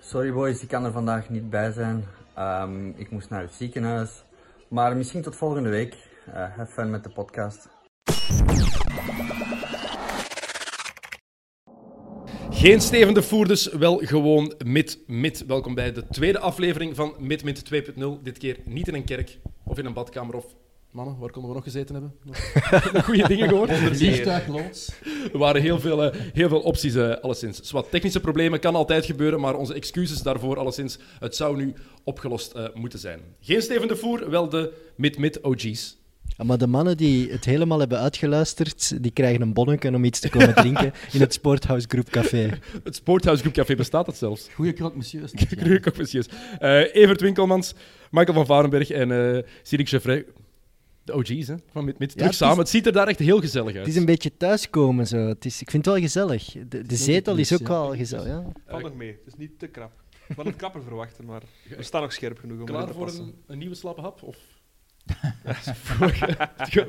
Sorry boys, ik kan er vandaag niet bij zijn. Ehm, ik moest naar het ziekenhuis. Maar misschien tot volgende week. Eh have fun met de podcast. Geen Steven de Voer dus, wel gewoon Mid Mid. Welkom bij de tweede aflevering van Mid Mid 2.0. Dit keer niet in een kerk of in een badkamer of... Mannen, waar konden we nog gezeten hebben? Nog goede dingen gehoord. Er waren heel veel, eh, heel veel opties, eh, alleszins. Dus wat technische problemen kan altijd gebeuren, maar onze excuses daarvoor, alleszins. Het zou nu opgelost eh, moeten zijn. Geen Steven de Voer, wel de Mid Mid OG's. Ja, Maar de mannen die het helemaal hebben uitgeluisterd, die krijgen een bonneken om iets te komen drinken in het Sporthouse Group Café. Het Sporthouse Group Café bestaat dat zelfs. Goeie krok, monsieur. is het niet, ja. Gelukkig ook, precies. Eh Evert Winkelmans, Michael van Varenberg en eh Cyril Chevray. De OG's, hè? Van met, met terug het is- samen. Het ziet er daar echt heel gezellig uit. Het is een beetje thuiskomen zo. Het is, ik vind het wel gezellig. De, de zetel is ook wel gezellig. Ja. Valt nog mee. Het is niet te krap. We hadden het krapper verwachten, maar we staan nog scherp genoeg om erin Klaar te voor passen. een, een nieuwe slappe hap? Of... Wat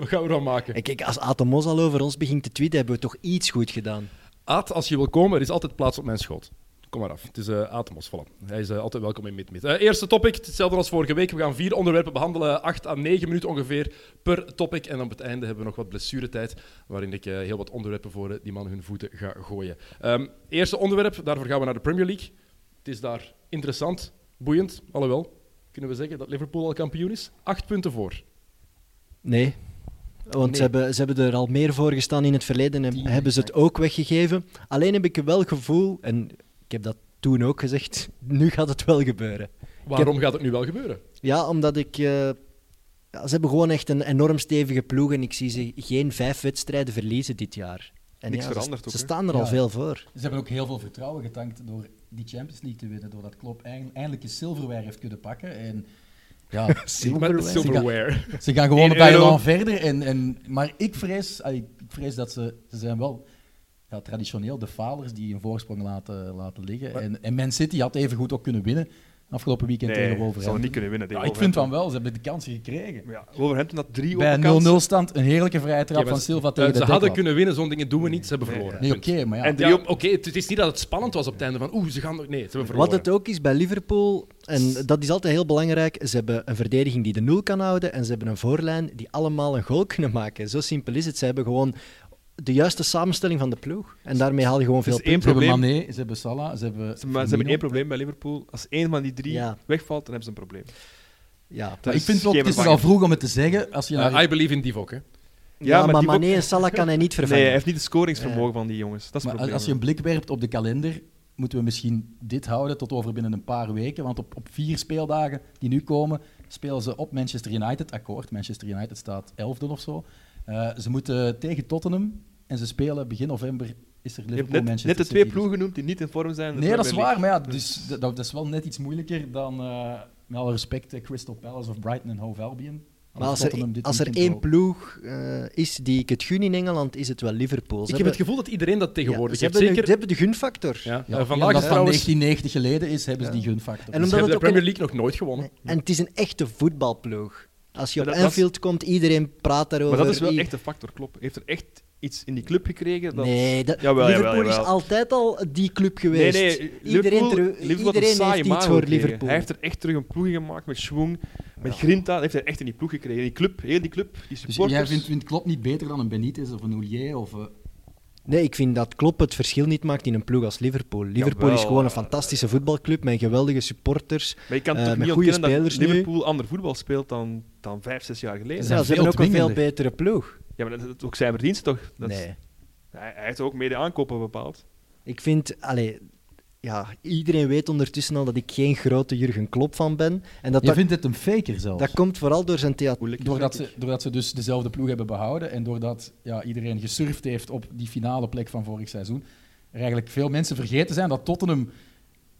gaan we dan maken? En kijk, als Atomos al over ons begint te tweeten, hebben we toch iets goed gedaan. Aad, als je wil komen, er is altijd plaats op mijn schoot. Kom maar af. Het is eh Atomos, voilà. Hij is eh, altijd welkom in Mid-Mid. Eh, eerste topic, hetzelfde als vorige week. We gaan vier onderwerpen behandelen, acht à negen minuten ongeveer per topic. En op het einde hebben we nog wat blessuretijd, waarin ik eh, heel wat onderwerpen voor eh, die mannen hun voeten ga gooien. Ehm, eerste onderwerp, daarvoor gaan we naar de Premier League. Het is daar interessant, boeiend, alhoewel. Kunnen we zeggen dat Liverpool al kampioen is? Acht punten voor. Nee. Want Ze, hebben, ze hebben er al meer voor gestaan in het verleden en hebben ze het ook weggegeven. Alleen heb ik wel gevoel, en ik heb dat toen ook gezegd, nu gaat het wel gebeuren. Waarom gaat het nu wel gebeuren? Ja, omdat ik. eh, ja, ze hebben gewoon echt een enorm stevige ploeg en ik zie ze geen vijf wedstrijden verliezen dit jaar. En Niks ja, ze- veranderd ook, Ze hè? staan er al Ja. veel voor. Ze hebben ook heel veel vertrouwen getankt door die Champions League te winnen. Doordat Klopp eind- eindelijk een zilverware heeft kunnen pakken. En ja, Met silverware. ze gaan gewoon Eén een paar euro. jaar verder. En, en, maar ik vrees, ah, ik ik vrees dat ze, ze zijn wel ja, traditioneel de falers die een voorsprong laten, laten liggen. En, en Man City had even goed ook kunnen winnen afgelopen weekend tegen Nee, ze hadden Wolverhampton. niet kunnen winnen. Ja, tegen ik vind van Wolverhampton. wel, ze hebben de kansen gekregen. Ja, Wolverhampton had drie Bij open een kansen. 0-0 stand een heerlijke vrije trap Ja, maar van Silva ze- tegen de Eh, Ze hadden deklap. kunnen winnen, zo'n dingen doen we niet. Ze hebben verloren. Nee, Punt. oké, maar ja. En Ja, oké, het het is niet dat het spannend was op het einde van oeh, ze gaan nog... Nee, ze hebben verloren. Wat het ook is bij Liverpool, en dat is altijd heel belangrijk, ze hebben een verdediging die de nul kan houden en ze hebben een voorlijn die allemaal een goal kunnen maken. Zo simpel is het. Ze hebben gewoon de juiste samenstelling van de ploeg. En daarmee haal je gewoon Het veel is één punten. Ze hebben probleem. Mané, ze hebben Salah, ze hebben Ze- Maar ze hebben één probleem bij Liverpool. Als één van die drie Ja. wegvalt, dan hebben ze een probleem. Ja. Dat ik vind wel, geen het is nog al vervanger. vroeg om het te zeggen. Als je naar... Eh, I believe in Divock, hè. Ja, maar, die Mané ook- en Salah kan hij niet Nee, vervangen. hij heeft niet het scoringsvermogen van die jongens. Dat maar is het probleem. als je een blik werpt op de kalender, moeten we misschien dit houden tot over binnen een paar weken. Want op, op vier speeldagen die nu komen, spelen ze op Manchester United. Akkoord, Manchester United staat elfde of zo. Eh, ze moeten tegen Tottenham en ze spelen begin november is er Je hebt Liverpool, net, Manchester net de City, twee dus- ploegen genoemd die niet in vorm zijn. in de Nee, dat is Premier waar. Maar ja, dus, dat, dat is wel net iets moeilijker dan, eh, met alle respect, eh, Crystal Palace of Brighton en Hove Albion. Maar als er, Tottenham dit als er weekend één wel- ploeg eh, is die ik het gun in Engeland, is het wel Liverpool. Ze Ik heb het hebben- gevoel dat iedereen dat tegenwoordig Ja, ze, heeft. hebben de, ze Zeker... hebben de gunfactor. Ja. Ja, eh, vandaag vandaag dat is van trouwens... Ze 1990 geleden is, hebben ze Ja. die gunfactor. En Dus- omdat hebben het de ook een- Premier League nog nooit gewonnen. En het is een echte voetbalploeg. Als je op Maar dat- Anfield komt, iedereen praat daarover. Maar dat is wel I- echt een factor, klopt. Hij Heeft er echt iets in die club gekregen? Dat... Nee, dat, Jawel, jawel, Liverpool jawel. is altijd al die club geweest. Nee, nee, iedereen Liverpool, ter- Liverpool had een iedereen saaie heeft iets maand voor gekregen. Liverpool. Hij heeft er echt terug een ploeg in gemaakt met schwung, met grinta. Dat heeft hij echt in die ploeg gekregen. Die club, heel die club, die Dus supporters. jij vindt, vindt Klopp niet beter dan een Benitez of een Houllier? Of, eh, Nee, ik vind dat Klopp het verschil niet maakt in een ploeg als Liverpool. Liverpool is Jawel, gewoon een eh, fantastische voetbalclub met geweldige supporters. Maar je kan eh, toch met niet goede ontkennen dat spelers nu. Liverpool ander voetbal speelt dan, dan vijf, zes jaar geleden. Ze Ja, zijn ze veel hebben ook een veel dwingender. betere ploeg. Ja, maar dat, dat is ook zijn verdienst toch? Dat is- nee. hij, hij heeft ook mede aankopen bepaald. Ik vind, allee, ja, iedereen weet ondertussen al dat ik geen grote Jurgen Klopp van ben. En dat, jij dat, vindt het een faker zelfs. dat komt vooral door zijn theater. Moeilijk is, doordat, denk ze, doordat ze dus dezelfde ploeg hebben behouden en doordat ja, iedereen gesurfd heeft op die finale plek van vorig seizoen, er eigenlijk veel mensen vergeten zijn dat Tottenham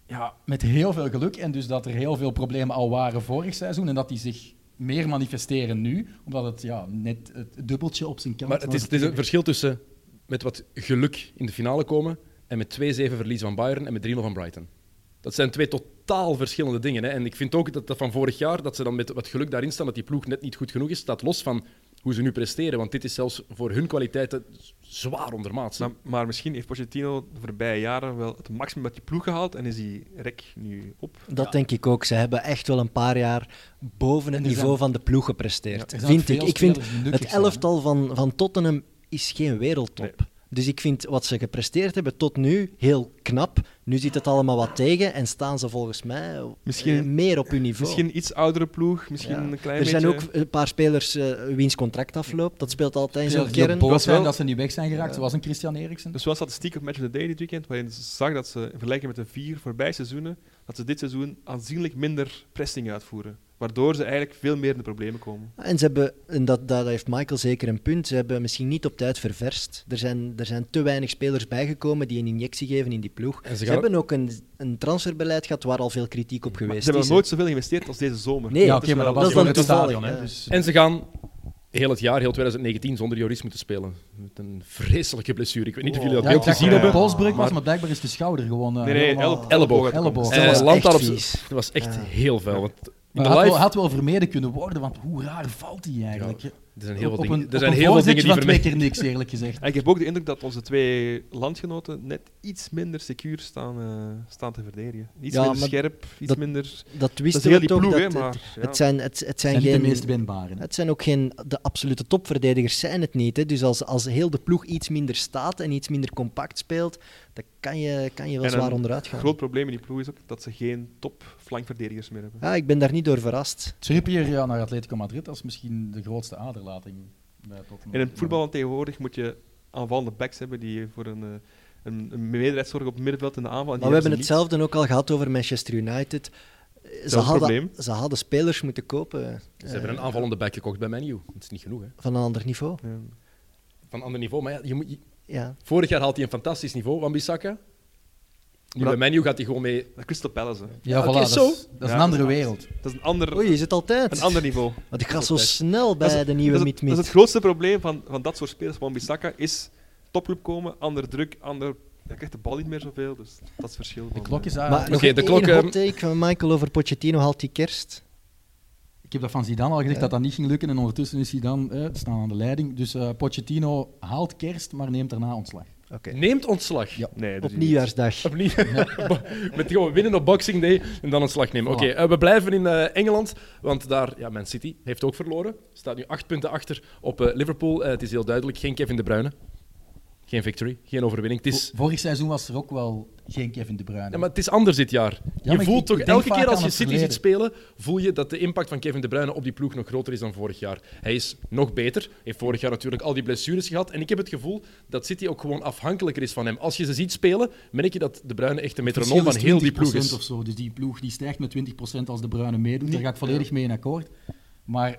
ja, met heel veel geluk en dus dat er heel veel problemen al waren vorig seizoen en dat die zich meer manifesteren nu, omdat het ja, net het dubbeltje op zijn kant Maar het is, het is een verschil tussen met wat geluk in de finale komen en met 2-7 verlies van Bayern en met 3-0 van Brighton. Dat zijn twee totaal verschillende dingen. Hè. En ik vind ook dat, dat van vorig jaar, dat ze dan met wat geluk daarin staan, dat die ploeg net niet goed genoeg is, staat los van hoe ze nu presteren. Want dit is zelfs voor hun kwaliteiten z- zwaar ondermaats. Nou, Maar, maar misschien heeft Pochettino de voorbije jaren wel het maximum uit die ploeg gehaald en is die rek nu op. Dat denk ik ook. Ze hebben echt wel een paar jaar boven het En er niveau zijn- van de ploeg gepresteerd. Er zijn vind veel ik. Ik vind spelers die nukkig het zijn, hè. elftal van, van Tottenham is geen wereldtop. Dus ik vind wat ze gepresteerd hebben tot nu heel knap. Nu zit het allemaal wat tegen en staan ze volgens mij Misschien- eh, meer op hun niveau. Misschien iets oudere ploeg, misschien Ja. een klein er zijn beetje... ook een paar spelers eh, wiens contract afloopt. Dat speelt altijd Veel zo'n die keer. ook boos zijn wel- dat ze niet weg zijn geraakt, zoals een Christian Eriksen. Dus wel statistiek op Match of the Day dit weekend, waarin ze zag dat ze in vergelijking met de vier voorbij seizoenen, dat ze dit seizoen aanzienlijk minder pressing uitvoeren. Waardoor ze eigenlijk veel meer in de problemen komen. En ze hebben, en dat, daar heeft Michael zeker een punt, ze hebben misschien niet op tijd ververst. Er zijn, er zijn te weinig spelers bijgekomen die een injectie geven in die ploeg. En ze ze gaan- hebben ook een, een transferbeleid gehad waar al veel kritiek op Maar geweest ze hebben is. nog nooit zoveel geïnvesteerd als deze zomer. Nee, ja, Dat oké, dus is maar wel- dat dat was is voor wel het stadion. toevallig, Hè, dus ja. En ze gaan heel het jaar, heel 2019, zonder Joris moeten spelen. Met een vreselijke blessure. Ik weet niet of jullie dat ja, ik beeld dacht gezien niet dat hebben. het polsbreuk was, Maar- maar blijkbaar is de schouder gewoon... eh, Nee, nee, helemaal- Elleboog. elleboog. gaat het om. Elleboog. Dat was Eh, echt Lantaarn op- vies. Dat was echt Ja. heel vuil. Want in Maar de had, live... wel, had wel vermeden kunnen worden, want hoe raar valt die eigenlijk? Er zijn heel Op- veel op dingen, een- er op zijn een heel veel dingen voorzetje die van twee vermeten. keer niks, eerlijk gezegd. En ik heb ook de indruk dat onze twee landgenoten net iets minder secuur staan, eh, staan te verdedigen. Iets Ja, minder maar scherp, iets dat- minder... Dat Dat is wisten heel we die toch. ploeg, dat hè, het- maar... ja. het, zijn, het, het Zijn zijn niet de geen... meest winbaren. het zijn ook geen, de absolute topverdedigers zijn het niet. Hè. Dus als, als heel de ploeg iets minder staat en iets minder compact speelt, dan kan je, kan je wel En zwaar een onderuit Het gaan. groot probleem in die ploeg is ook dat ze geen top flankverdedigers meer hebben. Ja, ik ben daar niet door verrast. Trippier ja, naar Atletico Madrid, dat is misschien de grootste aderlating bij Tottenham. In het voetbal van tegenwoordig moet je aanvallende backs hebben die voor een, eh, een, een meerderheid zorgen op het middenveld in de aanval. En die Maar we hebben ze hetzelfde ook al gehad over Manchester United. Ze het hadden, probleem. ze hadden spelers moeten kopen eh, Ze hebben Eh. een aanvallende back gekocht bij Menu. Dat is niet genoeg, hè. van een ander niveau. niet. Ja. Van ander niveau. Maar ja, je moet, je- Ja. vorig jaar haalt hij een fantastisch niveau, Wan-Bissaka. Nu bij Maar- Menu gaat hij gewoon mee. Dat Crystal Palace, hè. Ja, Ja, voilà, oké, dat, is, zo. dat is Ja. een andere wereld. dat is een ander, Oei, is het altijd? een ander niveau. Want ik ga zo snel bij de nieuwe dat, is, het- dat is het mid-mid. grootste probleem van, van dat soort spelers. Van Bissaka is topclub komen, ander druk, ander. Je krijgt de bal niet meer zoveel, dus dat is het verschil. De van, klok eh, is uit. Maar nog de één klok, ehm, hot take van Michael over Pochettino haalt die kerst. Ik heb dat van Zidane al gezegd Ja. dat dat niet ging lukken en ondertussen is Zidane eh, staan aan de leiding. Dus eh, Pochettino haalt kerst, maar neemt daarna ontslag. Oké. Neemt ontslag. Ja. Nee, Op dus niet. nieuwjaarsdag. Opnieuw. Met gewoon winnen op Boxing Day en dan een slag nemen. Voilà. Oké, eh, we blijven in eh, Engeland, want daar, ja, Man City heeft ook verloren. Staat nu acht punten achter op eh, Liverpool. Eh, het is heel duidelijk, geen Kevin De Bruyne. Geen victory, geen overwinning. Het is, Vo- Vorig seizoen was er ook wel geen Kevin De Bruyne. ja, maar het is anders dit jaar. je maar ik- voelt ik toch denk elke vaak keer als aan je het City ziet verleden. spelen, voel je dat de impact van Kevin De Bruyne op die ploeg nog groter is dan vorig jaar. Hij is nog beter, heeft vorig jaar natuurlijk al die blessures gehad. En ik heb het gevoel dat City ook gewoon afhankelijker is van hem. Als je ze ziet spelen, merk je dat De Bruyne echt de metronoom van heel die ploeg is. of zo. Dus die ploeg die stijgt met 20% als de Bruine meedoet. Daar ga ik volledig mee in akkoord. Maar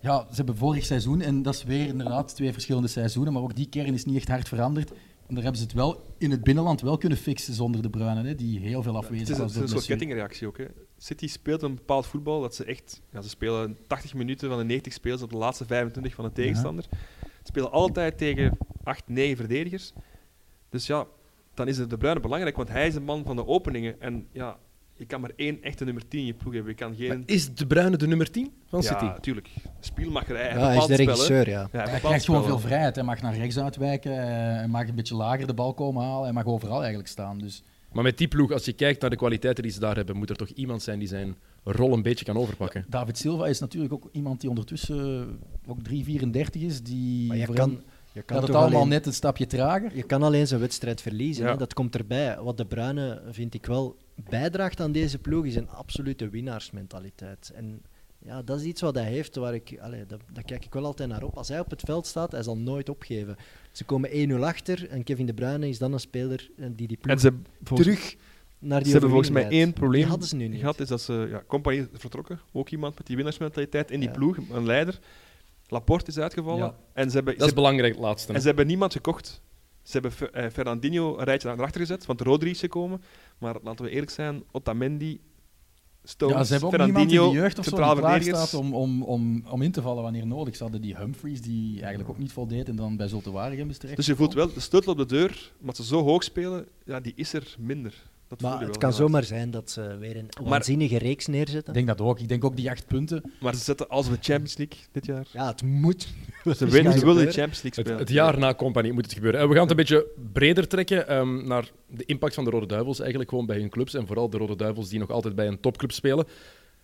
ja, ze hebben vorig seizoen, en dat is weer inderdaad twee verschillende seizoenen, maar ook die kern is niet echt hard veranderd. En daar hebben ze het wel in het binnenland wel kunnen fixen zonder de Bruinen, hè, die heel veel Het afwezig is een, was. het is door een soort blessure. kettingreactie ook. Hè. City speelt een bepaald voetbal dat ze echt. Ja, ze spelen 80 minuten van de 90 spelers op de laatste 25 van de tegenstander. Ze spelen altijd tegen 8, 9 verdedigers. Dus ja, dan is het de Bruyne belangrijk, want hij is de man van de openingen. En ja, je kan maar één echte nummer 10 in je ploeg hebben. Je kan Maar geen. is De Bruyne de nummer 10 van City? Ja, tuurlijk. Spielmacher, hij Ja, bepaalt hij is de spellen. regisseur, ja. Ja, Hij bepaalt krijgt gewoon veel spellen. vrijheid. Hij mag naar rechts uitwijken, eh, hij mag een beetje lager de bal komen halen, hij mag overal eigenlijk staan. Dus Maar met die ploeg, als je kijkt naar de kwaliteiten die ze daar hebben, moet er toch iemand zijn die zijn rol een beetje kan overpakken. David Silva is natuurlijk ook iemand die ondertussen eh, ook 3,34 is. Die Maar je voor kan, hem- je kan gaat het toch allemaal alleen, net een stapje trager. je kan alleen zijn wedstrijd verliezen. Ja. Hè? Dat komt erbij. Wat De Bruyne, vind ik wel, bijdraagt aan deze ploeg is een absolute winnaarsmentaliteit. En ja, dat is iets wat hij heeft, waar ik, allee, dat, daar kijk ik wel altijd naar op. Als hij op het veld staat, hij zal nooit opgeven. Ze komen 1-0 achter en Kevin De Bruyne is dan een speler eh, die die ploeg En ze, volgens- terug naar die ze hebben volgens mij overwinning één leidt. probleem Die hadden ze nu niet. gehad. Is dat ze, ja, Compagnie is vertrokken. Ook iemand met die winnaarsmentaliteit in die Ja. ploeg, een leider. Laporte is uitgevallen. Ja. En, ze hebben, Dat ze, is belangrijk, het laatste. en ze hebben niemand gekocht. Ze hebben Fe- eh, Fernandinho een rijtje naar achter gezet, want Rodri is gekomen. Maar laten we eerlijk zijn, Otamendi, Stones, ja, ze hebben ook niemand in Fernandinho, de jeugd of zo die centrale klaar verdedigers. staat om, om, om, om in te vallen wanneer nodig. Ze hadden die Humphreys, die eigenlijk ook niet voldeed en dan bij Zulte Waregem is terecht. Dus je voelt wel, de sleutel op de deur, omdat ze zo hoog spelen, ja, die is er minder. Dat dat Maar voelde het wel, kan ja. zomaar zijn dat ze weer een waanzinnige reeks Ik neerzetten. denk dat ook. Ik denk ook die acht punten. Maar ze zetten als we Champions League dit jaar. Ja, het moet. Ze Dus winnen, ga ze je willen de gebeuren. Champions League Het, spelen. het jaar na Company moet het gebeuren. En we gaan het een beetje breder trekken ehm, naar de impact van de Rode Duivels eigenlijk gewoon bij hun clubs. En vooral de Rode Duivels die nog altijd bij een topclub spelen.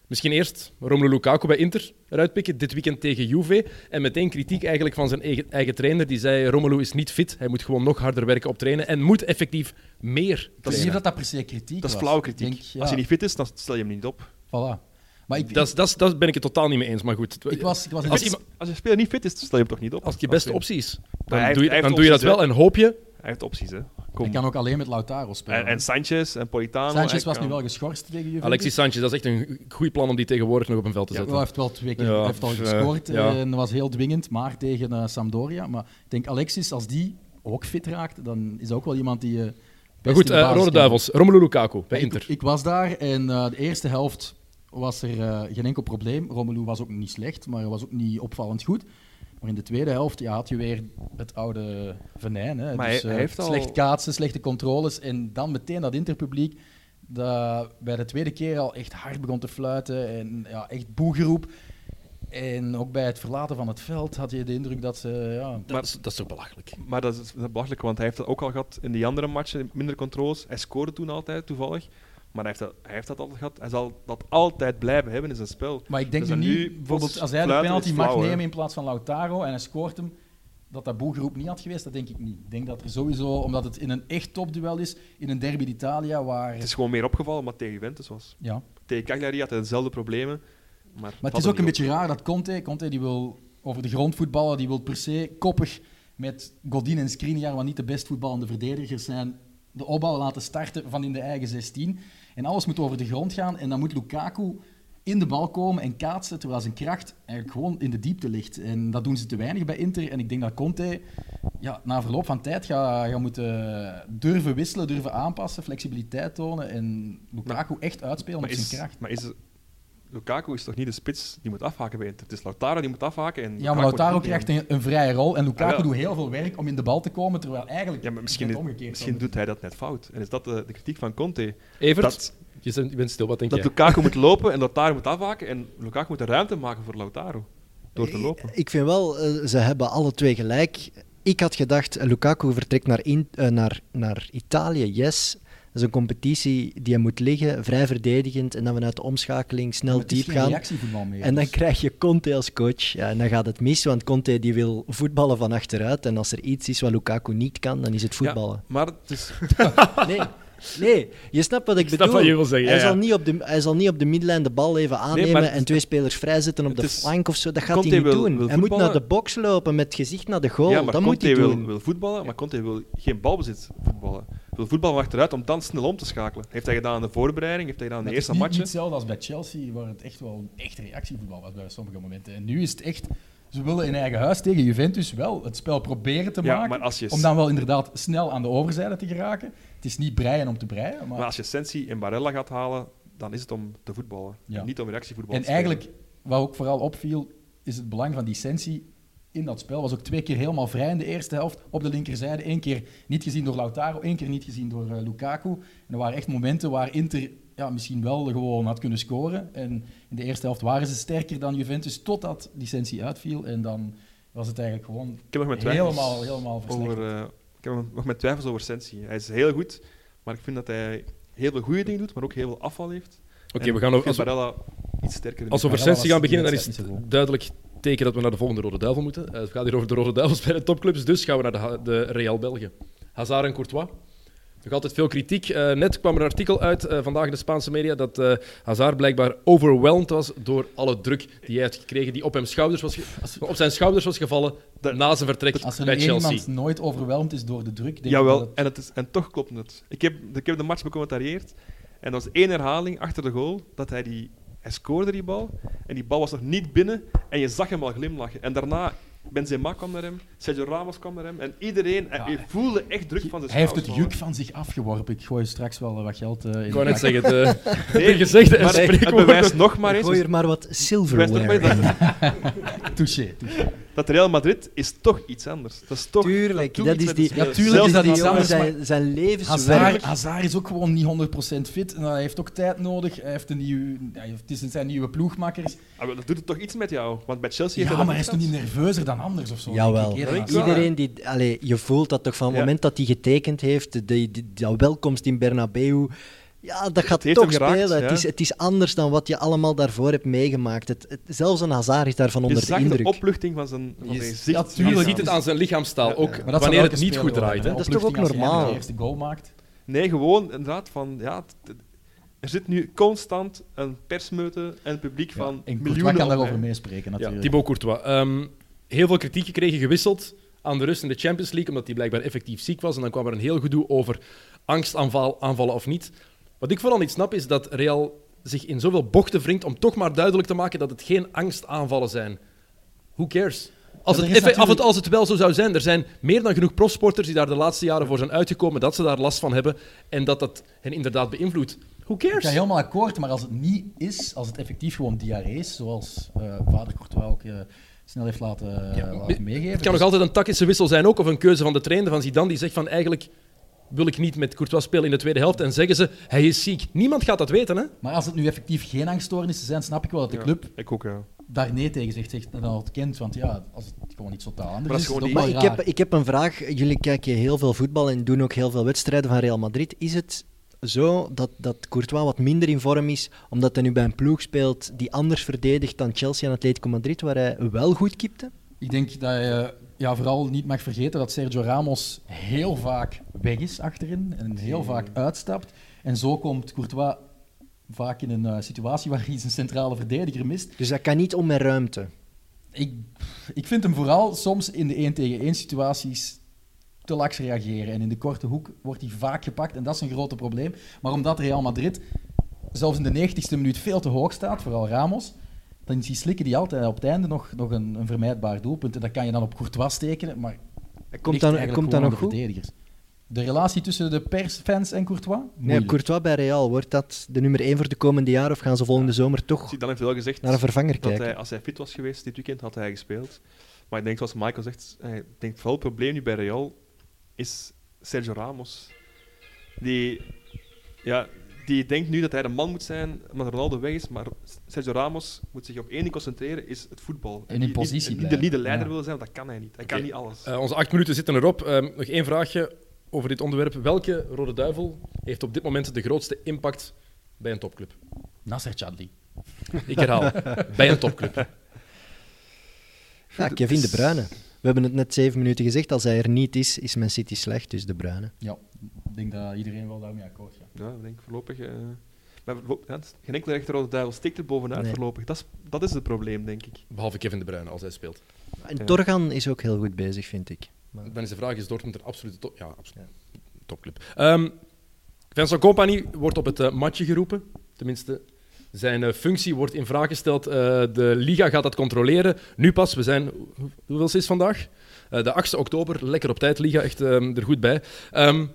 Misschien eerst Romelu Lukaku bij Inter eruit pikken, dit weekend tegen Juve. En meteen kritiek eigenlijk van zijn eigen, eigen trainer. Die zei, Romelu is niet fit, hij moet gewoon nog harder werken op trainen. En moet effectief meer Dat is trainen. niet dat dat per se kritiek Dat is was. flauw kritiek. Ik denk, ja, Als je niet fit is, dan stel je hem niet op. Voilà. Maar Ah, ik, Dat, is- dat, is- dat ben ik het totaal niet mee eens, maar goed. het- ik Ah, was, ik was Als Fit is- iemand- als je speler niet fit is, dan stel je hem toch niet op. Als het je Als beste je- optie is, hij dan heeft- doe je, hij heeft dan doe je dat opties, wel en hoop je. Hij heeft opties, hè. Hij Kom. kan ook alleen met Lautaro spelen. En, en Sanchez en Politano. Sanchez hij was kan- nu wel geschorst tegen Juventus. Alexis Sanchez, dat is echt een goed plan om die tegenwoordig nog op een veld te Ja, zetten. hij heeft wel twee keer Ja, hij heeft al eh, gescoord ja. en was heel dwingend, maar tegen eh, Sampdoria. Maar ik denk Alexis, als die ook fit raakt, dan is dat ook wel iemand die. eh, best Maar goed, in de eh, basis Rode kan. Duivels, Romelu Lukaku bij Ik- Inter. Ik, was daar en eh, de eerste helft was er eh, geen enkel probleem. Romelu was ook niet slecht, maar was ook niet opvallend goed. Maar in de tweede helft ja, had je weer het oude venijn. Hè. Maar dus, eh, hij- hij heeft al- Slecht kaatsen, slechte controles en dan meteen dat interpubliek dat bij de tweede keer al echt hard begon te fluiten en ja, echt boegeroep. En ook bij het verlaten van het veld had je de indruk dat ze... Ja, dat, is, dat is toch belachelijk? Maar dat is, dat is belachelijk, want hij heeft dat ook al gehad in die andere matchen, minder controles. Hij scoorde toen altijd, toevallig. Maar hij heeft dat, hij heeft dat altijd gehad. Hij zal dat altijd blijven hebben in zijn spel. Maar ik denk Dus nu dan niet, nu bijvoorbeeld plots als hij de fluiten penalty is mag flauw, hè? nemen in plaats van Lautaro en hij scoort hem, dat dat boegeroep niet had geweest, dat denk ik niet. Ik denk dat er sowieso, omdat het in een echt topduel is, in een derby d'Italia, waar... Het is gewoon meer opgevallen, maar tegen Juventus was. ja. Tegen Cagliari had hij dezelfde problemen. Maar, Maar het valt is ook een niet beetje raar dat Conte, Conte die wil over de grond voetballen, die wil per se koppig met Godin en Skriniar, wat niet de best voetballende verdedigers zijn, de opbouw laten starten van in de eigen 16. En alles moet over de grond gaan en dan moet Lukaku in de bal komen en kaatsen, terwijl zijn kracht eigenlijk gewoon in de diepte ligt. En dat doen ze te weinig bij Inter. En ik denk dat Conte ja, na verloop van tijd gaat gaat moeten durven wisselen, durven aanpassen, flexibiliteit tonen en Lukaku echt uitspelen Maar op zijn is, kracht. maar is Lukaku is toch niet de spits die moet afhaken bij Inter? Het is Lautaro die moet afhaken. En Ja, maar Lukaku Lautaro moet niet krijgt een, een vrije rol en Lukaku Ah, wel. doet heel veel werk om in de bal te komen, terwijl eigenlijk nemen. Ja, maar misschien, het omgekeerd misschien kan. doet hij dat net fout. En is dat de, de kritiek van Conte? Evert, Dat, je, bent, je bent stil, wat denk dat je? Lukaku moet lopen en Lautaro moet afhaken. En Lukaku moet de ruimte maken voor Lautaro. Door te lopen. Ik vind wel, eh, ze hebben alle twee gelijk. Ik had gedacht, eh, Lukaku vertrekt naar, in, eh, naar, naar Italië, yes. Dat is een competitie die hij moet liggen, vrij verdedigend. En dan vanuit de omschakeling snel Maar het is diep geen gaan. reactievoetbal meer. En dan dus. krijg je Conte als coach. Ja, en dan gaat het mis, want Conte die wil voetballen van achteruit. En als er iets is wat Lukaku niet kan, dan is het voetballen. Maar het is, Nee, nee, je snapt wat ik, snap bedoel. wat je wil zeggen, hij, ja, zal ja. niet op de, hij zal niet op de middenlijn de bal even aannemen maar het- en twee spelers vrijzetten op het de is- flank of zo. Dat gaat Conte hij niet wil- doen. wil hij moet naar voetballen. de box lopen met het gezicht naar de goal. ja, maar dat moet Conte hij wil, doen. wil voetballen, maar Conte wil geen balbezit voetballen. Wil voetballen van achteruit om dan snel om te schakelen. Heeft hij gedaan aan de voorbereiding, heeft hij gedaan aan de Maar het is niet, eerste matchen. niet hetzelfde als bij Chelsea, waar het echt wel een echt reactievoetbal was bij sommige momenten. En nu is het echt... Ze willen in eigen huis tegen Juventus wel het spel proberen te Ja, maken, maar als je- om dan wel inderdaad snel aan de overzijde te geraken. Het is niet breien om te breien, maar... Maar als je Sensi en Barella gaat halen, dan is het om te voetballen. Ja. Niet om reactievoetbal En te spelen. eigenlijk, wat ook vooral opviel, is het belang van die sensie in dat spel. Was ook twee keer helemaal vrij in de eerste helft. Op de linkerzijde, één keer niet gezien door Lautaro, één keer niet gezien door eh, Lukaku. En er waren echt momenten waar Inter ja, misschien wel gewoon had kunnen scoren. En in de eerste helft waren ze sterker dan Juventus, totdat die sensie uitviel. En dan was het eigenlijk gewoon ik heb nog mijn twijfels helemaal, helemaal verslechterd. over, eh, Ik heb nog mijn twijfels over Sensi. Hij is heel goed, maar ik vind dat hij heel veel goede dingen doet, maar ook heel veel afval heeft. Oké, we gaan over, Als als, we- Barella iets sterker in als we de- over Ja, Sensi gaan dat was- beginnen, dan is dat is het niet zo goed. duidelijk teken dat we naar de volgende Rode Duivel moeten. Eh, het gaat hier over de Rode Duivels bij de topclubs, dus gaan we naar de, Ha- de Real België. Hazard en Courtois. Nog altijd veel kritiek. Eh, net kwam er een artikel uit eh, vandaag in de Spaanse media dat eh, Hazard blijkbaar overweldigd was door alle druk die hij heeft gekregen, die op, hem schouders was ge- op zijn schouders was gevallen Dat- na zijn vertrek Als er nu bij één Chelsea. iemand nooit overweldigd is door de druk, denk ik dat Jawel, het- en, het is, en toch klopt het. Ik heb, ik heb de match becommentarieerd en dat was één herhaling achter de goal dat hij die... Hij scoorde die bal en die bal was nog niet binnen en je zag hem al glimlachen. En daarna, Benzema kwam naar hem, Sergio Ramos kwam naar hem en iedereen hij- hij voelde echt druk van zijn Hij heeft het juk schouders. van zich afgeworpen. Ik gooi straks wel eh, wat geld eh, in Ik de wou net bak. zeggen, het, eh, Nee, de gezegden en maar het spreekwoorden. bewijst nog maar eens, Gooi er maar wat het bewijst nog maar silverware. eens dat, Touché, touché. dat dat Real Madrid is toch iets anders. Dat is toch Tuurlijk, doet dat iets is met die... de spelers. Ja, tuurlijk dat is dat die iets jongen anders, Zijn, zijn Hazard, levenswerk. Hazard is ook gewoon niet 100% fit. En hij heeft ook tijd nodig. Hij heeft een nieuw, hij heeft, het is zijn nieuwe ploegmakkers. Ah, maar dat doet het toch iets met jou? Want bij Chelsea heeft Ja, dat maar hij is toch niet niet nerveuzer dan anders of zo? Jawel. denk ik, eerder. Ja, ik- Iedereen die... Allee, je voelt dat toch van het Ja. moment dat hij getekend heeft, de, die- dat welkomst in Bernabeu... Ja, dat gaat heeft toch hem geraakt, spelen. het, ja. is, het is anders dan wat je allemaal daarvoor hebt meegemaakt. Het, het- zelfs een Hazard is daarvan Je onder de zag de indruk. opluchting van zijn, van zijn Je- gezicht. ja, Je tuurlijk. ziet het aan zijn lichaamstaal, Ja, ook ja. Maar dat zou wanneer elke het niet speler goed wel draait. hebben, Hè? Dat is toch ook Opluchting als hij normaal? de eerste goal maakt. Nee, gewoon inderdaad van... Ja, t- t- er zit nu constant een persmeute en publiek Ja, van en Courtois miljoenen kan op daarover mij. meespreken, Ja, natuurlijk. Thibaut Courtois. Ehm, heel veel kritiek gekregen, gewisseld aan de rust in de Champions League, omdat hij blijkbaar effectief ziek was. En dan kwam er een heel gedoe over angstaanval aanvallen of niet. Wat ik vooral niet snap, is dat Real zich in zoveel bochten wringt om toch maar duidelijk te maken dat het geen angstaanvallen zijn. Who cares? Als Ja, het, er is effe- af het, natuurlijk- als het wel zo zou zijn, er zijn meer dan genoeg profsporters die daar de laatste jaren voor zijn uitgekomen, dat ze daar last van hebben en dat dat hen inderdaad beïnvloedt. Who Ik ga cares? helemaal akkoord, maar als het niet is, als het effectief gewoon diarree is, zoals eh, vader Courtois ook eh, snel heeft laten, laten meegeven. Dus- Het kan nog altijd een tactische wissel zijn ook, of een keuze van de trainer van Zidane, die zegt van eigenlijk wil ik niet met Courtois spelen in de tweede helft. En zeggen ze, hij is ziek. Niemand gaat dat weten, hè? Maar als het nu effectief geen angststoornissen zijn, snap ik wel dat de Ja, club Ik ook, ja. daar nee tegen zegt, zegt en dat ontkent. Want ja, als het gewoon iets totaal anders Maar dat is, is gewoon is het die- ook Maar ik wel heb, raar. ik heb een vraag. Jullie kijken heel veel voetbal en doen ook heel veel wedstrijden van Real Madrid. Is het zo dat, dat Courtois wat minder in vorm is, omdat hij nu bij een ploeg speelt die anders verdedigt dan Chelsea en Atletico Madrid, waar hij wel goed kipte? Ik denk dat je ja, vooral niet mag vergeten dat Sergio Ramos heel vaak weg is achterin en heel vaak Hmm. uitstapt. En zo komt Courtois vaak in een eh, situatie waar hij zijn centrale verdediger mist. Dus dat kan niet om met ruimte. Ik, ik vind hem vooral soms in de 1 tegen 1 situaties te laks reageren. En in de korte hoek wordt hij vaak gepakt en dat is een groot probleem. Maar omdat Real Madrid zelfs in de 90ste minuut veel te hoog staat, vooral Ramos, dan is die slikken die altijd op het einde nog, nog een, een vermijdbaar doelpunt. En dat kan je dan op Courtois tekenen, maar Komt ligt dan- eigenlijk komt gewoon dan nog aan goed? de verdedigers. De relatie tussen de persfans en Courtois? Nee, Moeilijk. Courtois bij Real, wordt dat de nummer 1 voor de komende jaren of gaan ze volgende zomer toch Zidane heeft wel gezegd naar een vervanger dat kijken? hij, als hij fit was geweest dit weekend, had hij gespeeld. Maar ik denk, zoals Michael zegt, eh, ik denk vooral het probleem nu bij Real is Sergio Ramos. Die, ja, die denkt nu dat hij de man moet zijn, omdat Ronaldo weg is. Maar Sergio Ramos moet zich op één ding concentreren, is het voetbal. En in Niet- positie niet- Niet de, blijven. niet de leider Ja. willen zijn, want dat kan hij niet. Hij Oké. kan niet alles. Eh, onze acht minuten zitten erop. Ehm, nog één vraagje over dit onderwerp. Welke Rode Duivel heeft op dit moment de grootste impact bij een topclub? Nasser Chadli. Ik herhaal, bij een topclub. Ja, Kevin De Bruyne. We hebben het net zeven minuten gezegd. Als hij er niet is, is Man City slecht, dus De Bruyne. Ja, ik denk dat iedereen wel daarmee akkoord gaat. Ja, ik denk voorlopig. eh, maar voorlo- ja, het is- geen enkele rechter rode duivel stikt er bovenuit Nee. voorlopig. Dat is, dat is het probleem, denk ik. Behalve Kevin De Bruyne, als hij speelt. En Ja. Torgan is ook heel goed bezig, vind ik. Dan is de vraag, is Dortmund een absolute top... Ja, absoluut. topclub. Ehm Vincent Company wordt op het eh, matje geroepen. Tenminste, zijn eh, functie wordt in vraag gesteld. Eh, de Liga gaat dat controleren. Nu pas, we zijn... hoe- Hoeveel is het vandaag? Eh, de 8e oktober. Lekker op tijd, Liga. Echt ehm, er goed bij. Ehm,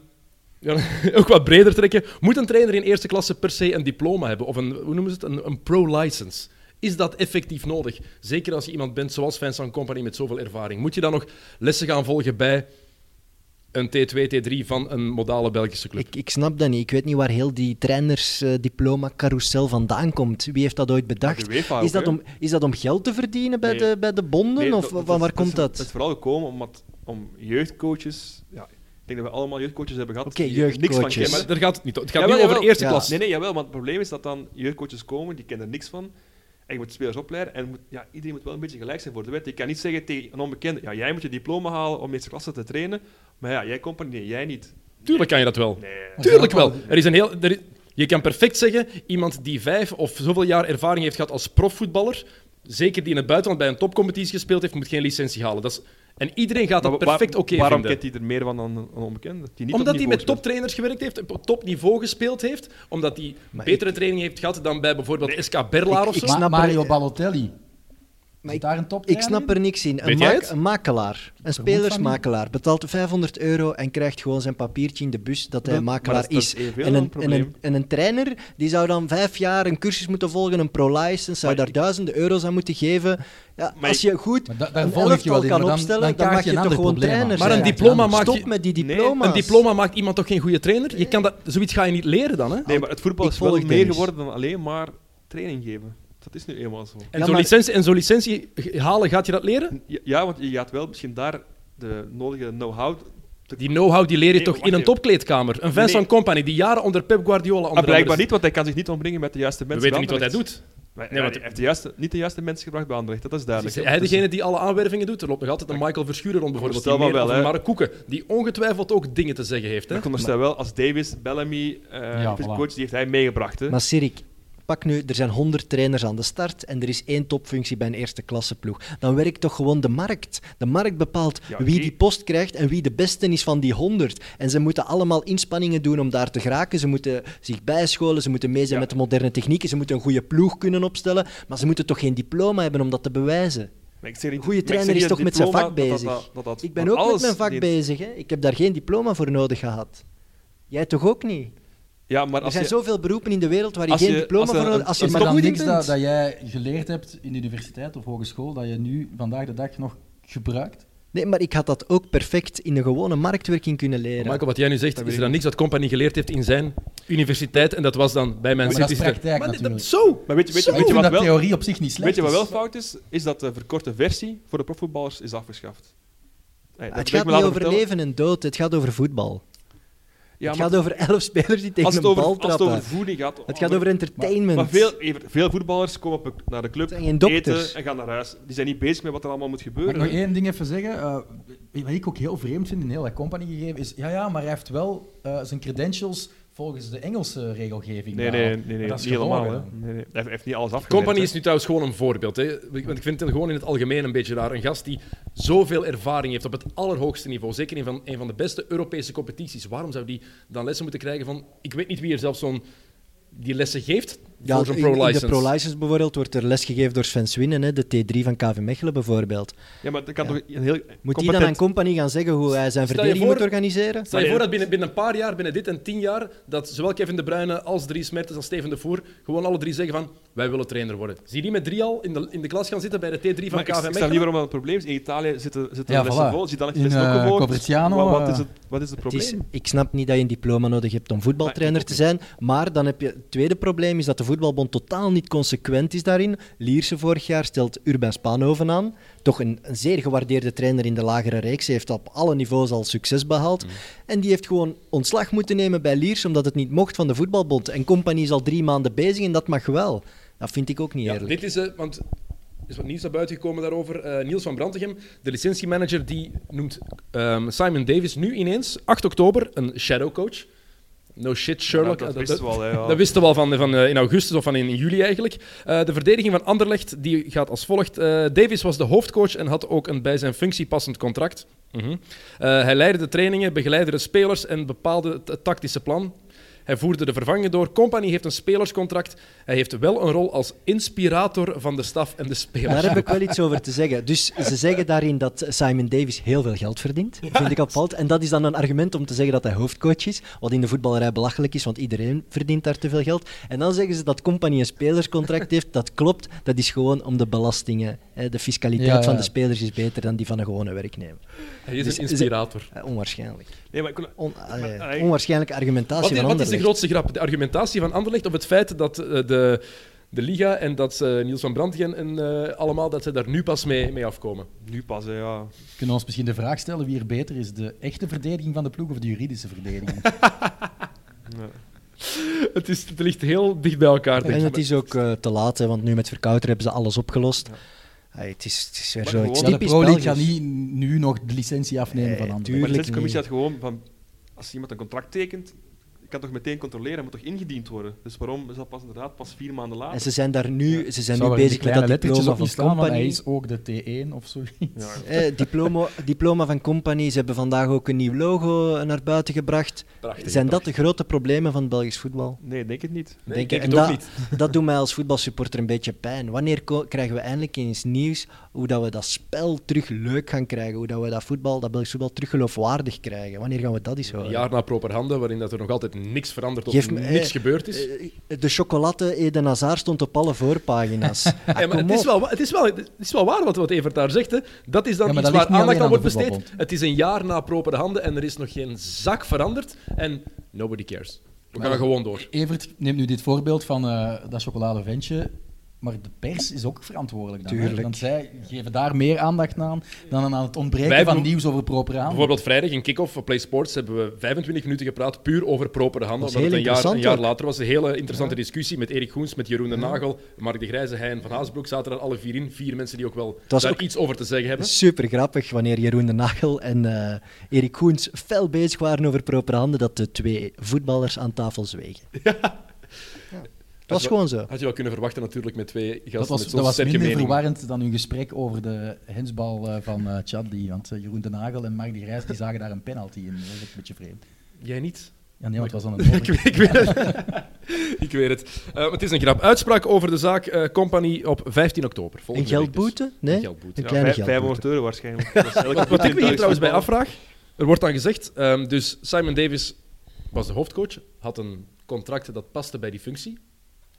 ja, ook wat breder trekken. Moet een trainer in eerste klasse per se een diploma hebben? Of een, hoe noemen ze het? Een, een pro-license. Is dat effectief nodig? Zeker als je iemand bent zoals Vincent Company met zoveel ervaring. Moet je dan nog lessen gaan volgen bij een T2, T3 van een modale Belgische club? Ik, ik snap dat niet. Ik weet niet waar heel die trainersdiploma-carousel vandaan komt. Wie heeft dat ooit bedacht? De UEFA Is ook, dat hè? om, is dat om geld te verdienen bij, Nee. de, bij de bonden? Nee, of van waar komt Het dat? is, vooral gekomen omdat om jeugdcoaches. Ja, ik denk dat we allemaal jeugdcoaches hebben gehad. Oké, die er jeugdcoaches. Niks Ja, van maar kennen. daar gaat het niet om. Het gaat Jawel, nu over jawel. eerste Ja. klas. Nee, nee, jawel, maar het probleem is dat dan jeugdcoaches komen, die kennen er niks van. En je moet spelers opleiden. En moet, ja, iedereen moet wel een beetje gelijk zijn voor de wet. Je kan niet zeggen tegen een onbekende: ja, jij moet je diploma halen om eerste klasse te trainen. Maar ja, jij komt er niet, jij niet. Tuurlijk kan je dat wel. Nee. Tuurlijk wel. Er is een heel, er is- je kan perfect zeggen, iemand die vijf of zoveel jaar ervaring heeft gehad als profvoetballer, zeker die in het buitenland bij een topcompetitie gespeeld heeft, moet geen licentie halen. Dat is, en iedereen gaat dat Maar wa- waar- perfect oké Waarom vinden. kent hij er meer van dan een onbekende? Die niet op omdat hij niveau met speelt. toptrainers gewerkt heeft, op topniveau gespeeld heeft, omdat hij Maar betere training heeft gehad dan bij bijvoorbeeld SK Ik- Berlaar of ik zo. snap Mario er- Balotelli. Maar Zit daar een top Ik snap er niks in. Een, Weet jij maak- het? een makelaar, vermoed van een spelersmakelaar, betaalt 500 euro en krijgt gewoon zijn papiertje in de bus dat hij Dat- makelaar maar dat is- is. dat is evenveel en, dan een, een en, een, en probleem. een trainer die zou dan vijf jaar een cursus moeten volgen, een pro-license, zou Maar daar ik- duizenden euro's aan moeten geven. Ja, Maar als ik- je goed Maar da- daar een volg ik je wel elftal in, kan maar dan- opstellen, dan dan, kaart mag je een je toch ander gewoon probleem aan. trainer Maar een zijn. diploma maakt Stop je- met die Nee, diploma's. Een diploma maakt iemand toch geen goede trainer? Je kan dat, zoiets ga je niet leren dan, hè? Nee, maar het voetbal Ik is wel volg meer Dennis. geworden dan alleen maar training geven. Dat is nu eenmaal zo. En Ja, zo'n maar- licentie, en zo'n licentie g- halen, gaat je dat leren? Ja, Ja, want je gaat wel misschien daar de nodige know-how. te- Die know-how die leer je Nee, toch wacht in een even. topkleedkamer. Een Vincent Nee. Company die jaren onder Pep Guardiola onder Ah, blijkbaar andere niet, want hij kan zich niet ombrengen met de juiste is. We mensen. weten niet bij wat hij Anderlecht. doet. Maar, Nee, ja, want- hij heeft de juiste, niet de juiste mensen gebracht bij Anderlecht, dat dus. is Is duidelijk. eh, hè. hij degene die alle aanwervingen doet? Er loopt nog altijd een Michael Verschuren rond, bijvoorbeeld. Stel die maar meer- wel, of een hè. Mark Koeken, die ongetwijfeld ook dingen te zeggen heeft. Hè? Ik onderstel wel, als Davis, Bellamy, eh Ja, de voilà. coach, die heeft hij meegebracht. Hè. Maar Sirik, pak nu, er zijn 100 trainers aan de start en er is één topfunctie bij een eerste klasseploeg. Dan werkt toch gewoon de markt. De markt bepaalt Ja, wie die- die post krijgt en wie de beste is van die 100. En ze moeten allemaal inspanningen doen om daar te geraken. Ze moeten zich bijscholen, ze moeten mee zijn Ja. met de moderne technieken, ze moeten een goede ploeg kunnen opstellen, maar ze moeten toch geen diploma hebben om dat te bewijzen. Maar ik zeg niet- Een goede maar ik zeg trainer niet is dat toch met zijn diploma, vak dat dat- bezig? dat- dat- dat- Ik ben maar ook met alles mijn vak die- bezig. Hè. Ik heb daar geen diploma voor nodig gehad. Jij toch ook niet? Ja, maar Er als zijn je, zoveel beroepen in de wereld waar je als geen je- diploma als voor er nodig een- Als je Is maar er dan goed in niks bent. dat, dat jij geleerd hebt in de universiteit of hogeschool, dat je nu vandaag de dag nog gebruikt? Nee, maar ik had dat ook perfect in de gewone marktwerking kunnen Maar leren. Oh, Michael, wat jij nu zegt, is er dan niks dat Company geleerd heeft in zijn universiteit. En dat was dan bij mijn Maar dat is praktijk Maar dit- dat- natuurlijk. Zo! Maar weet je, weet je, Ik weet je vind wat dat wel theorie op zich niet slecht Weet je wat is. wel fout is? Is dat de verkorte versie voor de profvoetballers is afgeschaft. Hey, het dat heb gaat ik me niet laten over vertellen. leven en dood, het gaat over voetbal. Ja, het maar gaat over elf spelers die tegen als, een het over, bal als het trappen. over voeding gaat... Oh, Het gaat over entertainment. Maar veel, even- veel voetballers komen op, naar de club, Het zijn geen dokters. eten en gaan naar huis. Die zijn niet bezig met wat er allemaal moet Mag ik gebeuren. nog één ding even zeggen? Eh, wat ik ook heel vreemd vind in heel dat company gegeven is... Ja, ja, maar hij heeft wel eh, zijn credentials volgens de Engelse regelgeving. Nee, nee, behaald. nee, Maar nee dat niet is helemaal. gelogen, hè. dan. Nee, nee. Hij heeft- heeft niet alles afgewerkt. Company hè. is nu trouwens gewoon een voorbeeld. Hè. Want ik vind het gewoon in het algemeen een beetje raar. Een gast die zoveel ervaring heeft op het allerhoogste niveau. Zeker in van, een van de beste Europese competities. Waarom zou die dan lessen moeten krijgen van... Ik weet niet wie er zelfs zo'n... Die lessen geeft Ja, voor in, zo'n in pro-license. de pro-license bijvoorbeeld wordt er lesgegeven door Sven Swinnen, hè, de T3 van KV Mechelen bijvoorbeeld. Ja, maar dat kan Ja. toch een heel... Moet die competent- dan aan compagnie gaan zeggen hoe hij zijn Stel je verdediging voor- moet organiseren? Stel je voor dat binnen, binnen een paar jaar, binnen dit en tien jaar, dat zowel Kevin De Bruyne als Dries Mertens als Steven de Voer gewoon alle drie zeggen van wij willen trainer worden. Zie je die met drie al in de, in de klas gaan zitten bij de T3 van Maar ik, ik KVM? snap niet waarom dat een probleem is. In Italië zitten, zitten Ja, de lessen voilà. vol. Zit dan In, les ook eh, gevolgd? Coverciano, Wat, wat eh, is het, wat is het Het probleem? is, ik snap niet dat je een diploma nodig hebt om voetbaltrainer te zijn. Maar dan heb je het tweede probleem is dat de voetbalbond totaal niet consequent is daarin. Lierse vorig jaar stelt Urban Spaanhoven aan. Toch een, een zeer gewaardeerde trainer in de lagere reeks. Hij heeft op alle niveaus al succes behaald. En die heeft gewoon ontslag moeten nemen bij Liers omdat het niet mocht van de voetbalbond. En compagnie is al drie maanden bezig en dat mag wel. Dat vind ik ook niet Ja, eerlijk. dit is, eh, want er is wat nieuws naar buiten gekomen daarover. Eh, Niels van Brantegem, de licentiemanager, die noemt ehm, Simon Davis nu ineens, 8 oktober, een shadowcoach. No shit, Sherlock. Ja, Eh, dat wisten we al, hè, ja. dat wisten we al van, van eh, in augustus of van in juli eigenlijk. Eh, de verdediging van Anderlecht die gaat als volgt. Eh, Davis was de hoofdcoach en had ook een bij zijn functie passend contract. Mhm. Eh, hij leidde de trainingen, begeleidde de spelers en bepaalde het, het tactische plan. Hij voerde de vervanging door. Company heeft een spelerscontract. Hij heeft wel een rol als inspirator van de staf en de spelers. Daar heb ik wel iets over te zeggen. Dus ze zeggen daarin dat Simon Davis heel veel geld verdient. Vind ik opvallend. En dat is dan een argument om te zeggen dat hij hoofdcoach is. Wat in de voetballerij belachelijk is, want iedereen verdient daar te veel geld. En dan zeggen ze dat Company een spelerscontract heeft. Dat klopt. Dat is gewoon om de belastingen. hè, De fiscaliteit Ja, ja. van de spelers is beter dan die van een gewone werknemer. Hij is Dus- een inspirator. Eh, Onwaarschijnlijk. Nee, maar ik kon- On- eh, Maar, eh, onwaarschijnlijke Wat argumentatie is, van wat is de Anderlecht. grootste grap? De argumentatie van Anderlecht of het feit dat eh, de, de Liga en dat eh, Niels van Brantegem en eh, allemaal, dat ze daar nu pas mee, mee afkomen? nu pas, hè, ja. Kunnen we ons misschien de vraag stellen wie er beter is, de echte verdediging van de ploeg of de juridische verdediging? Ja. Het, is, het ligt heel dicht bij elkaar, denk En ik. het is ook eh, te laat, hè, want nu met verkouter hebben ze alles opgelost. Hey, het, is, het is weer Maar zo. gewoon- iets Ja, Ja, de typisch Pro League Belgisch. gaat niet nu nog de licentie afnemen Nee, van anderen. tuurlijk. Maar de niet. commissie had gewoon van als iemand een contract tekent, je kan toch meteen controleren, het moet toch ingediend worden. Dus waarom is dat pas inderdaad pas vier maanden later? En ze zijn daar nu, ze zijn nu Zou er die bezig met dat kleine lettertjes diploma op niet van staan, want hij Company. is ook de T1 of zo. Ja, Eh, diploma, diploma van Company, ze hebben vandaag ook een nieuw logo eh, naar buiten gebracht. Prachtig. Zijn dat de grote problemen van het Belgisch voetbal? nee, denk het niet. Nee, Denk ik denk het je- ook en niet. Dat doet mij als voetbalsupporter een beetje pijn. Wanneer ko- krijgen we eindelijk eens nieuws hoe dat we dat spel terug leuk gaan krijgen? Hoe dat we dat voetbal, dat Belgisch voetbal terug geloofwaardig krijgen? Wanneer gaan we dat eens Een horen? jaar na proper handen, waarin dat er nog altijd niks veranderd of Geef me- niks eh, gebeurd is. Eh, De chocolade Eden Hazard stond op alle voorpagina's. Ah, Ja, maar kom het, is op. wel, wa- het, is wel, het is wel waar wat, wat Evert daar zegt. Hè. Dat is dan Ja, maar iets dat waar ligt niet aandacht aan alleen wordt aan de besteed. Het is een jaar na propere handen en er is nog geen zak veranderd. En nobody cares. We gaan Maar- gewoon door. Evert neemt nu dit voorbeeld van eh, dat chocolade ventje. Maar de pers is ook verantwoordelijk dan. hè? Tuurlijk. Want zij geven daar meer aandacht aan dan aan het ontbreken Wij van hebben- nieuws over proper aan. Bijvoorbeeld vrijdag in kick-off van Play Sports hebben we 25 minuten gepraat puur over propere handen. Dat is Omdat het een heel jaar, een jaar interessant later was. Een hele interessante discussie met Erik Goens, met Jeroen de Nagel, Mark de Grijze, hij en Van Haasbroek zaten er alle vier in. Vier mensen die ook wel was daar ook- iets over te zeggen hebben. Super grappig wanneer Jeroen de Nagel en eh, Erik Koens fel bezig waren over propere handen, dat de twee voetballers aan tafel zwegen. Ja. Het was gewoon zo. Had je wel kunnen verwachten natuurlijk met twee gasten dat met was, zo'n dat was sterke minder mening. verwarrend dan uw gesprek over de hensbal eh, van eh Chadli. Want eh, Jeroen de Nagel en Mark de Grijs die zagen daar een penalty in. Dat was ook een beetje vreemd. Jij niet? Ja, nee, want het was dan een ik, weet- ik weet het. ik weet het. Eh, maar het is een grap. Uitspraak over de zaak eh Company op 15 oktober. Een Volgende week dus. geldboete? Nee? Een geldboete. Een Ja, kleine vijf- geldboete. 500 euro waarschijnlijk. Dat is elke Wat, wat boete ik in me hier Belgisch trouwens bij voetbal. afvraag, er wordt dan gezegd, ehm, dus Simon Davis was de hoofdcoach, had een contract dat paste bij die functie.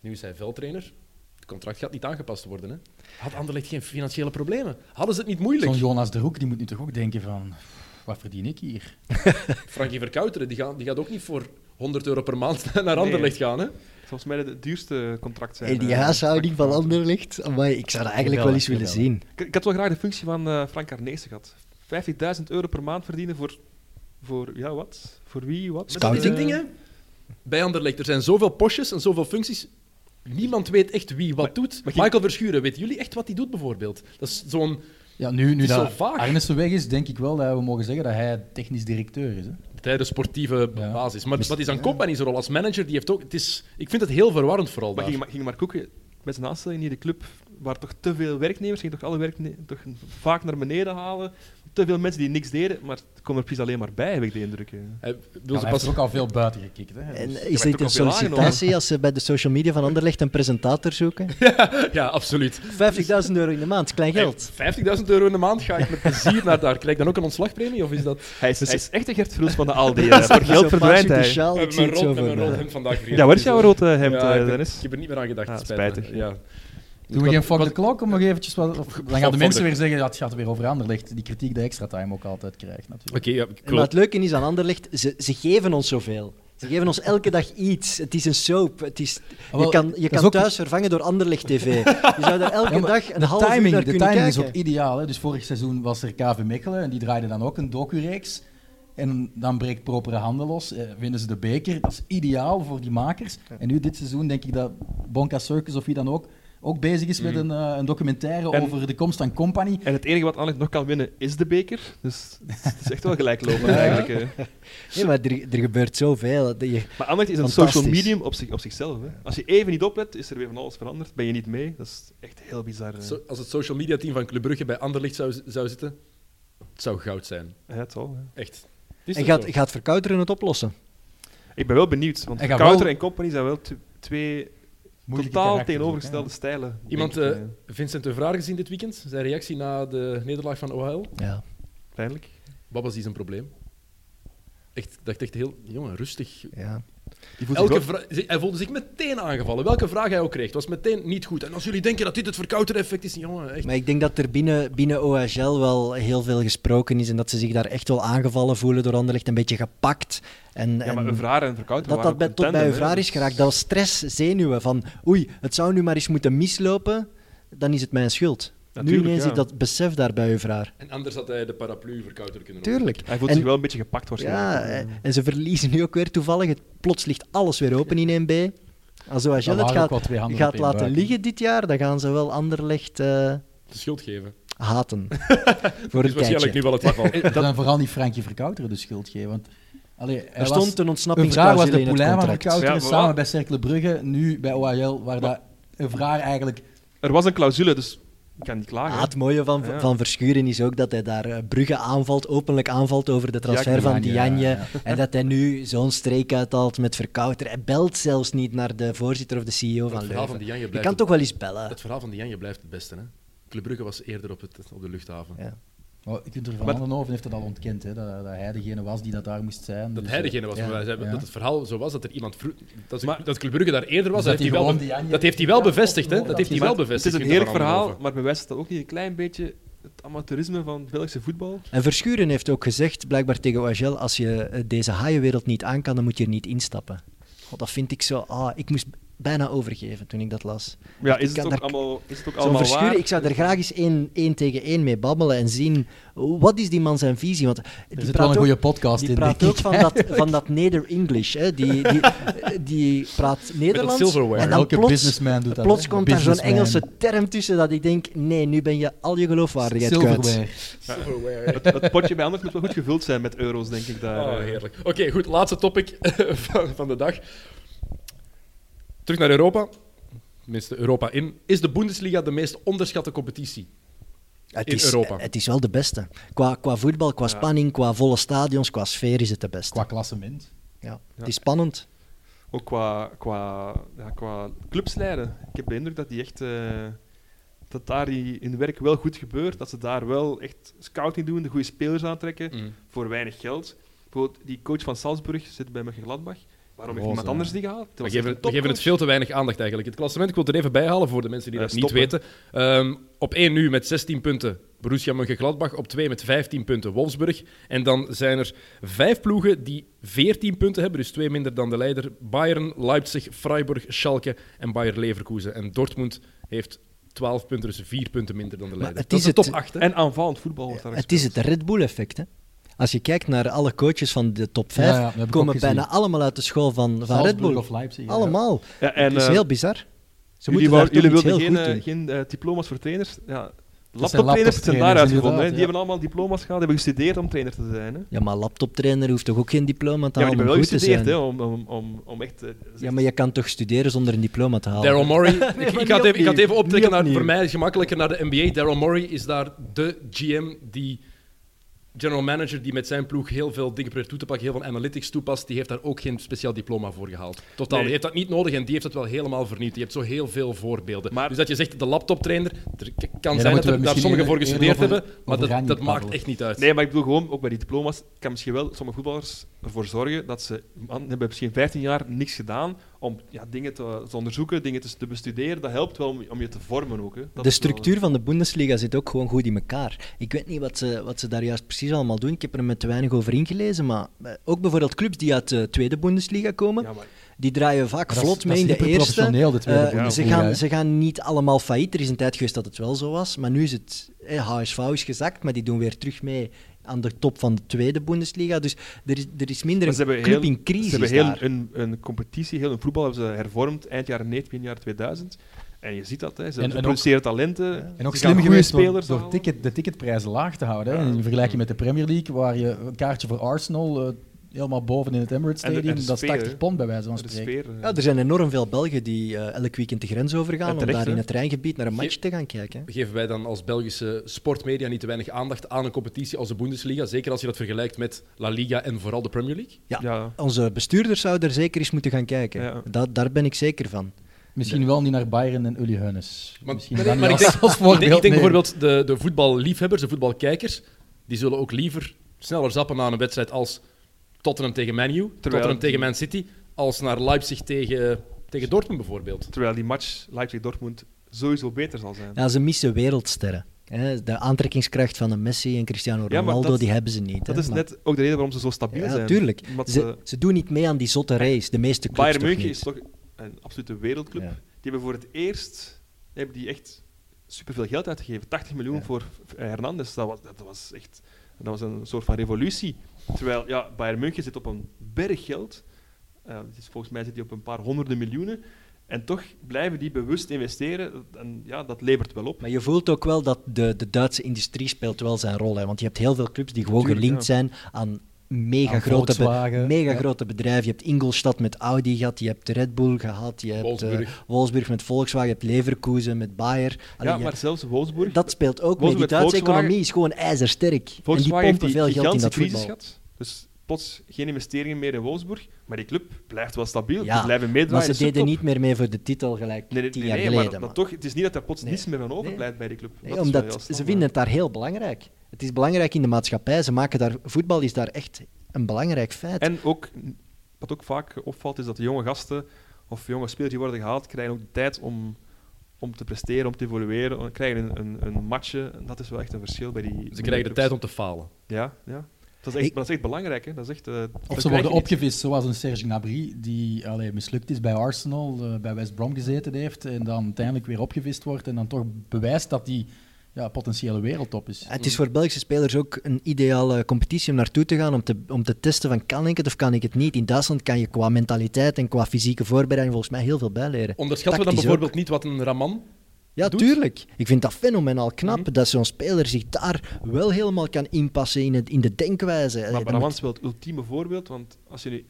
Nu is hij veldtrainer. Het contract gaat niet aangepast worden. Hè? Had Anderlecht geen financiële problemen? Hadden ze het niet moeilijk? Zo'n Jonas de Roek die moet nu toch ook denken van... Wat verdien ik hier? Frankie Verkouteren, die gaat, die gaat ook niet voor 100 euro per maand naar Anderlecht gaan. Hè? Volgens mij het duurste contract zijn. En die eh, huishouding van contract. Anderlicht, amai, ik zou dat eigenlijk wel Geweldig, eens willen zien. Ik, ik had wel graag de functie van eh, Frank Arnezen gehad. 50.000 euro per maand verdienen voor, voor ja, wat? Voor wie, wat? eh, Dat is Scouting. een ding, hè? Eh, Bij Anderlecht, er zijn zoveel postjes en zoveel functies. Niemand weet echt wie wat doet. maar je- Michael Verschuren, weten jullie echt wat hij doet, bijvoorbeeld? Dat is zo'n... Ja, nu, nu is zo dat vaag. Arnissen weg is, denk ik wel dat we mogen zeggen dat hij technisch directeur is. Hè? De sportieve Ja. basis. Maar wat is aan Company's rol als manager? Die heeft ook, het is, ik vind het heel verwarrend vooral. Maar daar. ging, ging Mark Koeken met zijn aanstelling in de club, waar toch te veel werknemers, ging toch alle werknemers toch vaak naar beneden halen. Te veel mensen die niks deden, maar het kwam er precies alleen maar bij, heb ik de indruk. eh. hè. Hij Ja, wil maar ze hij pas heeft ook al veel buiten gekikt. Hè? Dus- En is werd dit ook een al veel sollicitatie aangenomen. als ze bij de social media van Anderlecht een presentator zoeken? 50.000 Ja, absoluut. euro in de maand, klein geld. Hey, 50.000 euro in de maand ga ik met plezier naar daar. Krijg ik dan ook een ontslagpremie? Of is dat... Hij is, Dus- hij is echt de Gert Vroels van de Aldi. eh. hè. Voor Zo'n geld verdwijnt paar hij. supersjaal, We Ik hebben zie een het rood, zo met mijn voor rood me. hemd vandaag. vriend. eh, Ja, waar is Het jouw rode hemd, Ja, ik eh, ben- Dennis? Ik heb er niet meer aan gedacht. Ah, het spijt me. spijtig. Ja. Doen we Wat- geen fuck wat- the clock om nog eventjes wat... of- Dan fuck gaan the- de mensen weer zeggen dat het gaat weer over Anderlecht. Die kritiek die extra time ook altijd krijgt Oké, natuurlijk. ja, En wat klopt. het leuke is aan Anderlecht, ze, ze geven ons zoveel. Ze geven ons elke dag iets. Het is een soap. Het Ah, is, je wel, kan, je dat kan is ook- thuis vervangen door Anderlecht TV. Je zou daar elke Ja, maar dag een de half uur timing, naar de kunnen timing is kijken. ook ideaal. Hè? Dus vorig seizoen was er KV Mechelen en die draaide dan ook een docureeks. En dan breekt propere handen los, eh, winnen ze de beker. Dat is ideaal voor die makers. En nu dit seizoen denk ik dat Bonka Circus of wie dan ook ook bezig is met Mm. een, eh, een documentaire En- over de komst van Company. En het enige wat Anderlecht nog kan winnen is de beker. Dus het is echt wel gelijklopend Ja. eigenlijk. hè. Nee, maar er, er gebeurt zoveel. Dat je- Maar Anderlecht is een Fantastisch. social medium op, zich, op zichzelf. Hè. Als je even niet oplet, is er weer van alles veranderd. Ben je niet mee? Dat is echt heel bizar. eh, hè. Zo- als het social media team van Club Brugge bij Anderlicht zou, zou zitten, het zou goud zijn. Ja, het zal. hè. Echt. en gaat, gaat Verkouteren het oplossen? Ik ben wel benieuwd, want Hij gaat Kouter wel- en Company zijn wel t- twee Moeilijke totaal karakters tegenovergestelde ook, stijlen. Iemand, denk ik, eh, hè. Vincent de Vraag gezien dit weekend? Zijn reactie na de nederlaag van OHL? Ja. Pijnlijk. Wat was die zijn probleem? Echt, ik dacht echt heel, jongen, rustig. ja. Die voelt zich Elke wel- vra- hij voelde zich meteen aangevallen. Welke vraag hij ook kreeg, het was meteen niet goed. En als jullie denken dat dit het verkouter-effect is, jongen, echt. Maar ik denk dat er binnen, binnen OHL wel heel veel gesproken is en dat ze zich daar echt wel aangevallen voelen door Anderlecht, een beetje gepakt. En, ja, maar en Evraar en Verkouter dat dat bij, tot bij Evraar dus- is geraakt. Dat was stress, zenuwen, van oei, het zou nu maar eens moeten mislopen, dan is het mijn schuld. Natuurlijk, nu ineens ja. zit dat besef daar bij Evraar. En anders had hij de paraplu verkouter kunnen roepen. Tuurlijk. Hij voelt En- zich wel een beetje gepakt Ja, waarschijnlijk. eh, en- en ze verliezen nu ook weer toevallig. Het, plots ligt alles weer open in 1B. Als OHL waren het ook gaat, wel twee handen gaat op één laten buik, hè. liggen dit jaar, dan gaan ze wel Anderlecht eh, De schuld geven. haten. Voor Dat het is waarschijnlijk kijkje. nu wel het geval. hè. En dan vooral niet Frankje Verkouteren de schuld geven. Want Allee, hij Er was- stond een Een vraag was ontsnappingsclausule de in het Poulain van contract. Ja, Verkouteren maar samen wat- bij Cercle Brugge, nu bij OHL, waar dat een vraag eigenlijk... Er was een clausule, dus ik kan niet klagen. Ah, hè. het mooie van, Ja. van Verschuren is ook dat hij daar eh, Brugge aanvalt, openlijk aanvalt over de transfer Diagne, van ja, Diagne. ja. En dat hij nu zo'n streek uithaalt met Verkouter. Hij belt zelfs niet naar de voorzitter of de CEO Het van verhaal van Leuven. die Janje Je blijft, kan toch wel eens bellen. het, het verhaal van die Janje blijft het beste. Hè? Club Brugge was eerder op, het, op de luchthaven. Ja. Maar oh, je kunt er van Maar- Anderhoven heeft het al ontkend, hè, dat, dat hij degene was die dat daar moest zijn. Dat Dus, hij eh, degene was, ja, maar wij zeiden ja. dat het verhaal zo was dat er iemand vroeg. Dat, Maar- dat Club Brugge daar eerder was, Dus dat, dat heeft hij hij wel, gewoon be- die dat heeft hij wel Janje- bevestigd. Hè? Ja, Dat heeft hij maar wel het bevestigd. is een Gunther eerlijk van Anderhoven. verhaal, maar bewijst dat ook niet een klein beetje het amateurisme van het Belgische voetbal? En Verschuren heeft ook gezegd, blijkbaar tegen Oagel, als je eh, deze haaienwereld niet aan kan, dan moet je er niet instappen. God, dat vind ik zo... Ah, ik moest bijna overgeven toen ik dat las. Maar ja, is kan Dus het, ook daar- allemaal, is het ook Zo'n allemaal waar? Verschuren, ik zou er graag eens één, één tegen één mee babbelen en zien... Wat is die man zijn visie? Want Er die zit praat wel een ook- goede podcast Die in, praat denk ook ik. van dat, van dat Neder-English. hè. Die, die, die praat Nederlands. silverware. En dan Elke plots, businessman doet dat. plots hè. komt daar zo'n Businessman. Engelse term tussen dat ik denk: nee, nu ben je al je geloofwaardigheid kwijt. Silverware. Het, het potje bij anders moet wel goed gevuld zijn met euro's, denk ik. Daar. eh, Oh, heerlijk. Oké, goed. Laatste topic van, van de dag. Terug naar Europa. Tenminste, Europa in. Is de Bundesliga de meest onderschatte competitie? Het In is, Europa. het is wel de beste. Qua, qua voetbal, qua spanning, qua volle stadions, qua sfeer is het de beste. Qua klassement. Ja. Ja. Het is spannend. Ook qua, qua, ja, qua clubsleiden. Ik heb de indruk dat die echt... eh, dat daar die, hun werk wel goed gebeurt. Dat ze daar wel echt scouting doen, de goede spelers aantrekken Mm. voor weinig geld. Bijvoorbeeld die coach van Salzburg zit bij Mönchengladbach. Waarom heeft Roze. iemand anders die gehaald? Het We was geven, echt het- een we geven het topcoach. veel te weinig aandacht eigenlijk. Het klassement, ik wil het er even bij halen voor de mensen die Eh, dat niet stop, hè. weten. Ehm, op 1 nu met 16 punten Borussia Mönchengladbach. Op 2 met 15 punten Wolfsburg. En dan zijn er vijf ploegen die 14 punten hebben. Dus twee minder dan de leider. Bayern, Leipzig, Freiburg, Schalke en Bayer Leverkusen. En Dortmund heeft 12 punten, dus 4 punten minder dan de leider. het dat is is de het- top 8. En aanvallend voetbal wordt daar Het is gespeeld. het Red Bull-effect. hè. Als je kijkt naar alle coaches van de top 5, Ja, ja, dat heb ik ook komen gezien. bijna allemaal uit de school van, van Red Salzburg Bull. of Leipzig. ja. Allemaal. Ja, en, het is eh, heel bizar. Ze jullie moeten wou- daar toch jullie iets wilden heel geen, goed eh, doen. geen eh, diploma's voor trainers. Ja, Dat zijn laptoptrainers zijn laptoptrainers, daaruit gevonden. hè. inderdaad, Die ja. hebben allemaal diploma's gehad, hebben gestudeerd om trainer te zijn. Hè. Ja, maar laptoptrainer hoeft toch ook geen diploma te Ja, maar die halen hebben om wel goed te gestudeerd zijn? hè, om, om, om, om echt... eh, Ja, maar je kan toch studeren zonder een diploma te halen? Daryl Morey. ik, ik, ga maar het even, ik niet ga het even opnieuw. optrekken naar, Niet voor opnieuw. mij gemakkelijker naar de NBA. Daryl Morey is daar de GM die general manager die met zijn ploeg heel veel dingen probeert toe te pakken, heel veel analytics toepast. Die heeft daar ook geen speciaal diploma voor gehaald. Totaal. Nee. Die heeft dat niet nodig en die heeft dat wel helemaal vernieuwd. Die heeft zo heel veel voorbeelden. Maar- dus dat je zegt de laptoptrainer, er k- kan dan zijn dat moeten we er daar misschien sommigen voor eerder gestudeerd over- hebben, maar over dat, Rani dat maakt babbelen. echt niet uit. Nee, maar ik bedoel gewoon, ook bij die diploma's kan misschien wel sommige voetballers ervoor zorgen dat ze, man, hebben misschien 15 jaar niks gedaan om ja, dingen te, te onderzoeken, dingen te, te bestuderen. Dat helpt wel om, om je te vormen ook. Hè. Dat De is wel- structuur van de Bundesliga zit ook gewoon goed in elkaar. Ik weet niet wat ze, wat ze daar juist precies allemaal doen. Ik heb er me te weinig over ingelezen. Maar eh, ook bijvoorbeeld clubs die uit de tweede Bundesliga komen, Ja, maar die draaien vaak Dat is- vlot dat mee is in de eerste. hyperprofessioneel, de tweede Eh, ze, Bundesliga, gaan, hè. ze gaan niet allemaal failliet. Er is een tijd geweest dat het wel zo was. Maar nu is het... eh, HSV is gezakt, maar die doen weer terug mee aan de top van de tweede Bundesliga. Dus er is, er is minder Maar een ze hebben club heel- in crisis Ze hebben heel daar. een, een competitie, heel een voetbal hebben ze hervormd eind jaren 90, begin jaren 2000. En je ziet dat, hè. ze En- en ook- produceren talenten. En ook ze slim gaan goede geweest door, spelers door halen. ticket, de ticketprijzen laag te houden. hè. In vergelijking met de Premier League, waar je een kaartje voor Arsenal eh, helemaal boven in het Emirates En de- en Stadium, de dat is sfeer, 80 hè. pond bij wijze van De spreken. sfeer, eh. Ja, er zijn enorm veel Belgen die eh, elk weekend de grens overgaan En om terecht, daar in hè? het Rijngebied naar een match Je- te gaan kijken. hè. Geven wij dan als Belgische sportmedia niet te weinig aandacht aan een competitie als de Bundesliga? Zeker als je dat vergelijkt met La Liga en vooral de Premier League? Ja. Ja. Onze bestuurders zouden er zeker eens moeten gaan kijken. Ja. Da- daar ben ik zeker van. Misschien wel niet naar Bayern en Uli Heunes. Maar- Misschien nee, dan maar niet ik als, als voorbeeld. Ik denk, ik denk nemen. bijvoorbeeld de, de voetballiefhebbers, de voetbalkijkers, die zullen ook liever sneller zappen naar een wedstrijd als Tottenham tegen Man U, Tottenham tegen Man City, als naar Leipzig tegen, tegen Dortmund bijvoorbeeld. Terwijl die match Leipzig-Dortmund sowieso beter zal zijn. Ja, ze missen wereldsterren. Hè. De aantrekkingskracht van een Messi en Cristiano Ja, maar Ronaldo, dat- die hebben ze niet. Dat hè. is Maar- net ook de reden waarom ze zo stabiel Ja, zijn. tuurlijk. Omdat ze- Ze, ze doen niet mee aan die zotte race, de meeste clubs eh, Bayern toch München niet. is toch een absolute wereldclub. Ja. Die hebben voor het eerst die hebben die echt superveel geld uitgegeven. 80 miljoen Ja. voor eh, Hernandez. Dat was, dat was echt dat was een soort van revolutie. Terwijl ja, Bayern München zit op een berg geld. Eh, het is- volgens mij zit die op een paar honderden miljoenen. En toch blijven die bewust investeren. En ja, dat levert wel op. Maar je voelt ook wel dat de, de Duitse industrie speelt wel zijn rol. Hè? Want je hebt heel veel clubs die gewoon Tuurlijk, gelinkt zijn aan mega, Ja, grote, be- Volkswagen. mega Ja. grote bedrijven. Je hebt Ingolstadt met Audi gehad, je hebt Red Bull gehad, je hebt eh, Wolfsburg. Wolfsburg met Volkswagen, je hebt Leverkusen met Bayer. Allee, Ja, je- maar zelfs Wolfsburg. dat speelt ook mee. Wolfsburg Die met Duitse Volkswagen- economie is gewoon ijzersterk. en die Volkswagen heeft pompen die veel geld in gigantische dat crisis voetbal. gehad. Dus plots geen investeringen meer in Wolfsburg. Maar die club blijft wel stabiel. Ja, die blijven meedraaien. Maar in ze de subtop. deden niet meer mee voor de titel gelijk Nee, nee, tien nee, jaar nee, geleden. maar, man. maar toch, het is niet dat daar plots Nee. niets meer van overblijft bij die club. Nee, Dat is wel heel omdat snel, ze maar- vinden het daar heel belangrijk. Het is belangrijk in de maatschappij. Ze maken daar, voetbal is daar echt een belangrijk feit. En ook, wat ook vaak opvalt, is dat de jonge gasten of jonge spelers die worden gehaald, krijgen ook de tijd om, om te presteren, om te evolueren. om- Krijgen een, een, een matje. En dat is wel echt een verschil bij die. bij Ze die krijgen de clubs. tijd om te falen. Ja, ja. Dat is echt, Ik- maar dat is echt belangrijk. Hè. Dat is echt, eh, dat Of krijg ze je worden niet. opgevist, zoals een Serge Gnabry, die allee, mislukt is bij Arsenal, eh, bij West Brom gezeten heeft en dan uiteindelijk weer opgevist wordt en dan toch bewijst dat hij ja, potentiële wereldtop is. Het is voor Belgische spelers ook een ideale competitie om naartoe te gaan, om te, om te testen van kan ik het of kan ik het niet. In Duitsland kan je qua mentaliteit en qua fysieke voorbereiding volgens mij heel veel bijleren. Oh, Onderschatten we dan Tactisch bijvoorbeeld ook. niet wat een Raman Ja, doet? tuurlijk. Ik vind dat fenomenaal knap, Mhm. dat zo'n speler zich daar wel helemaal kan inpassen in, het, in de denkwijze. Eh, Maar dan Brabant moet- speelt het ultieme voorbeeld, want als je nu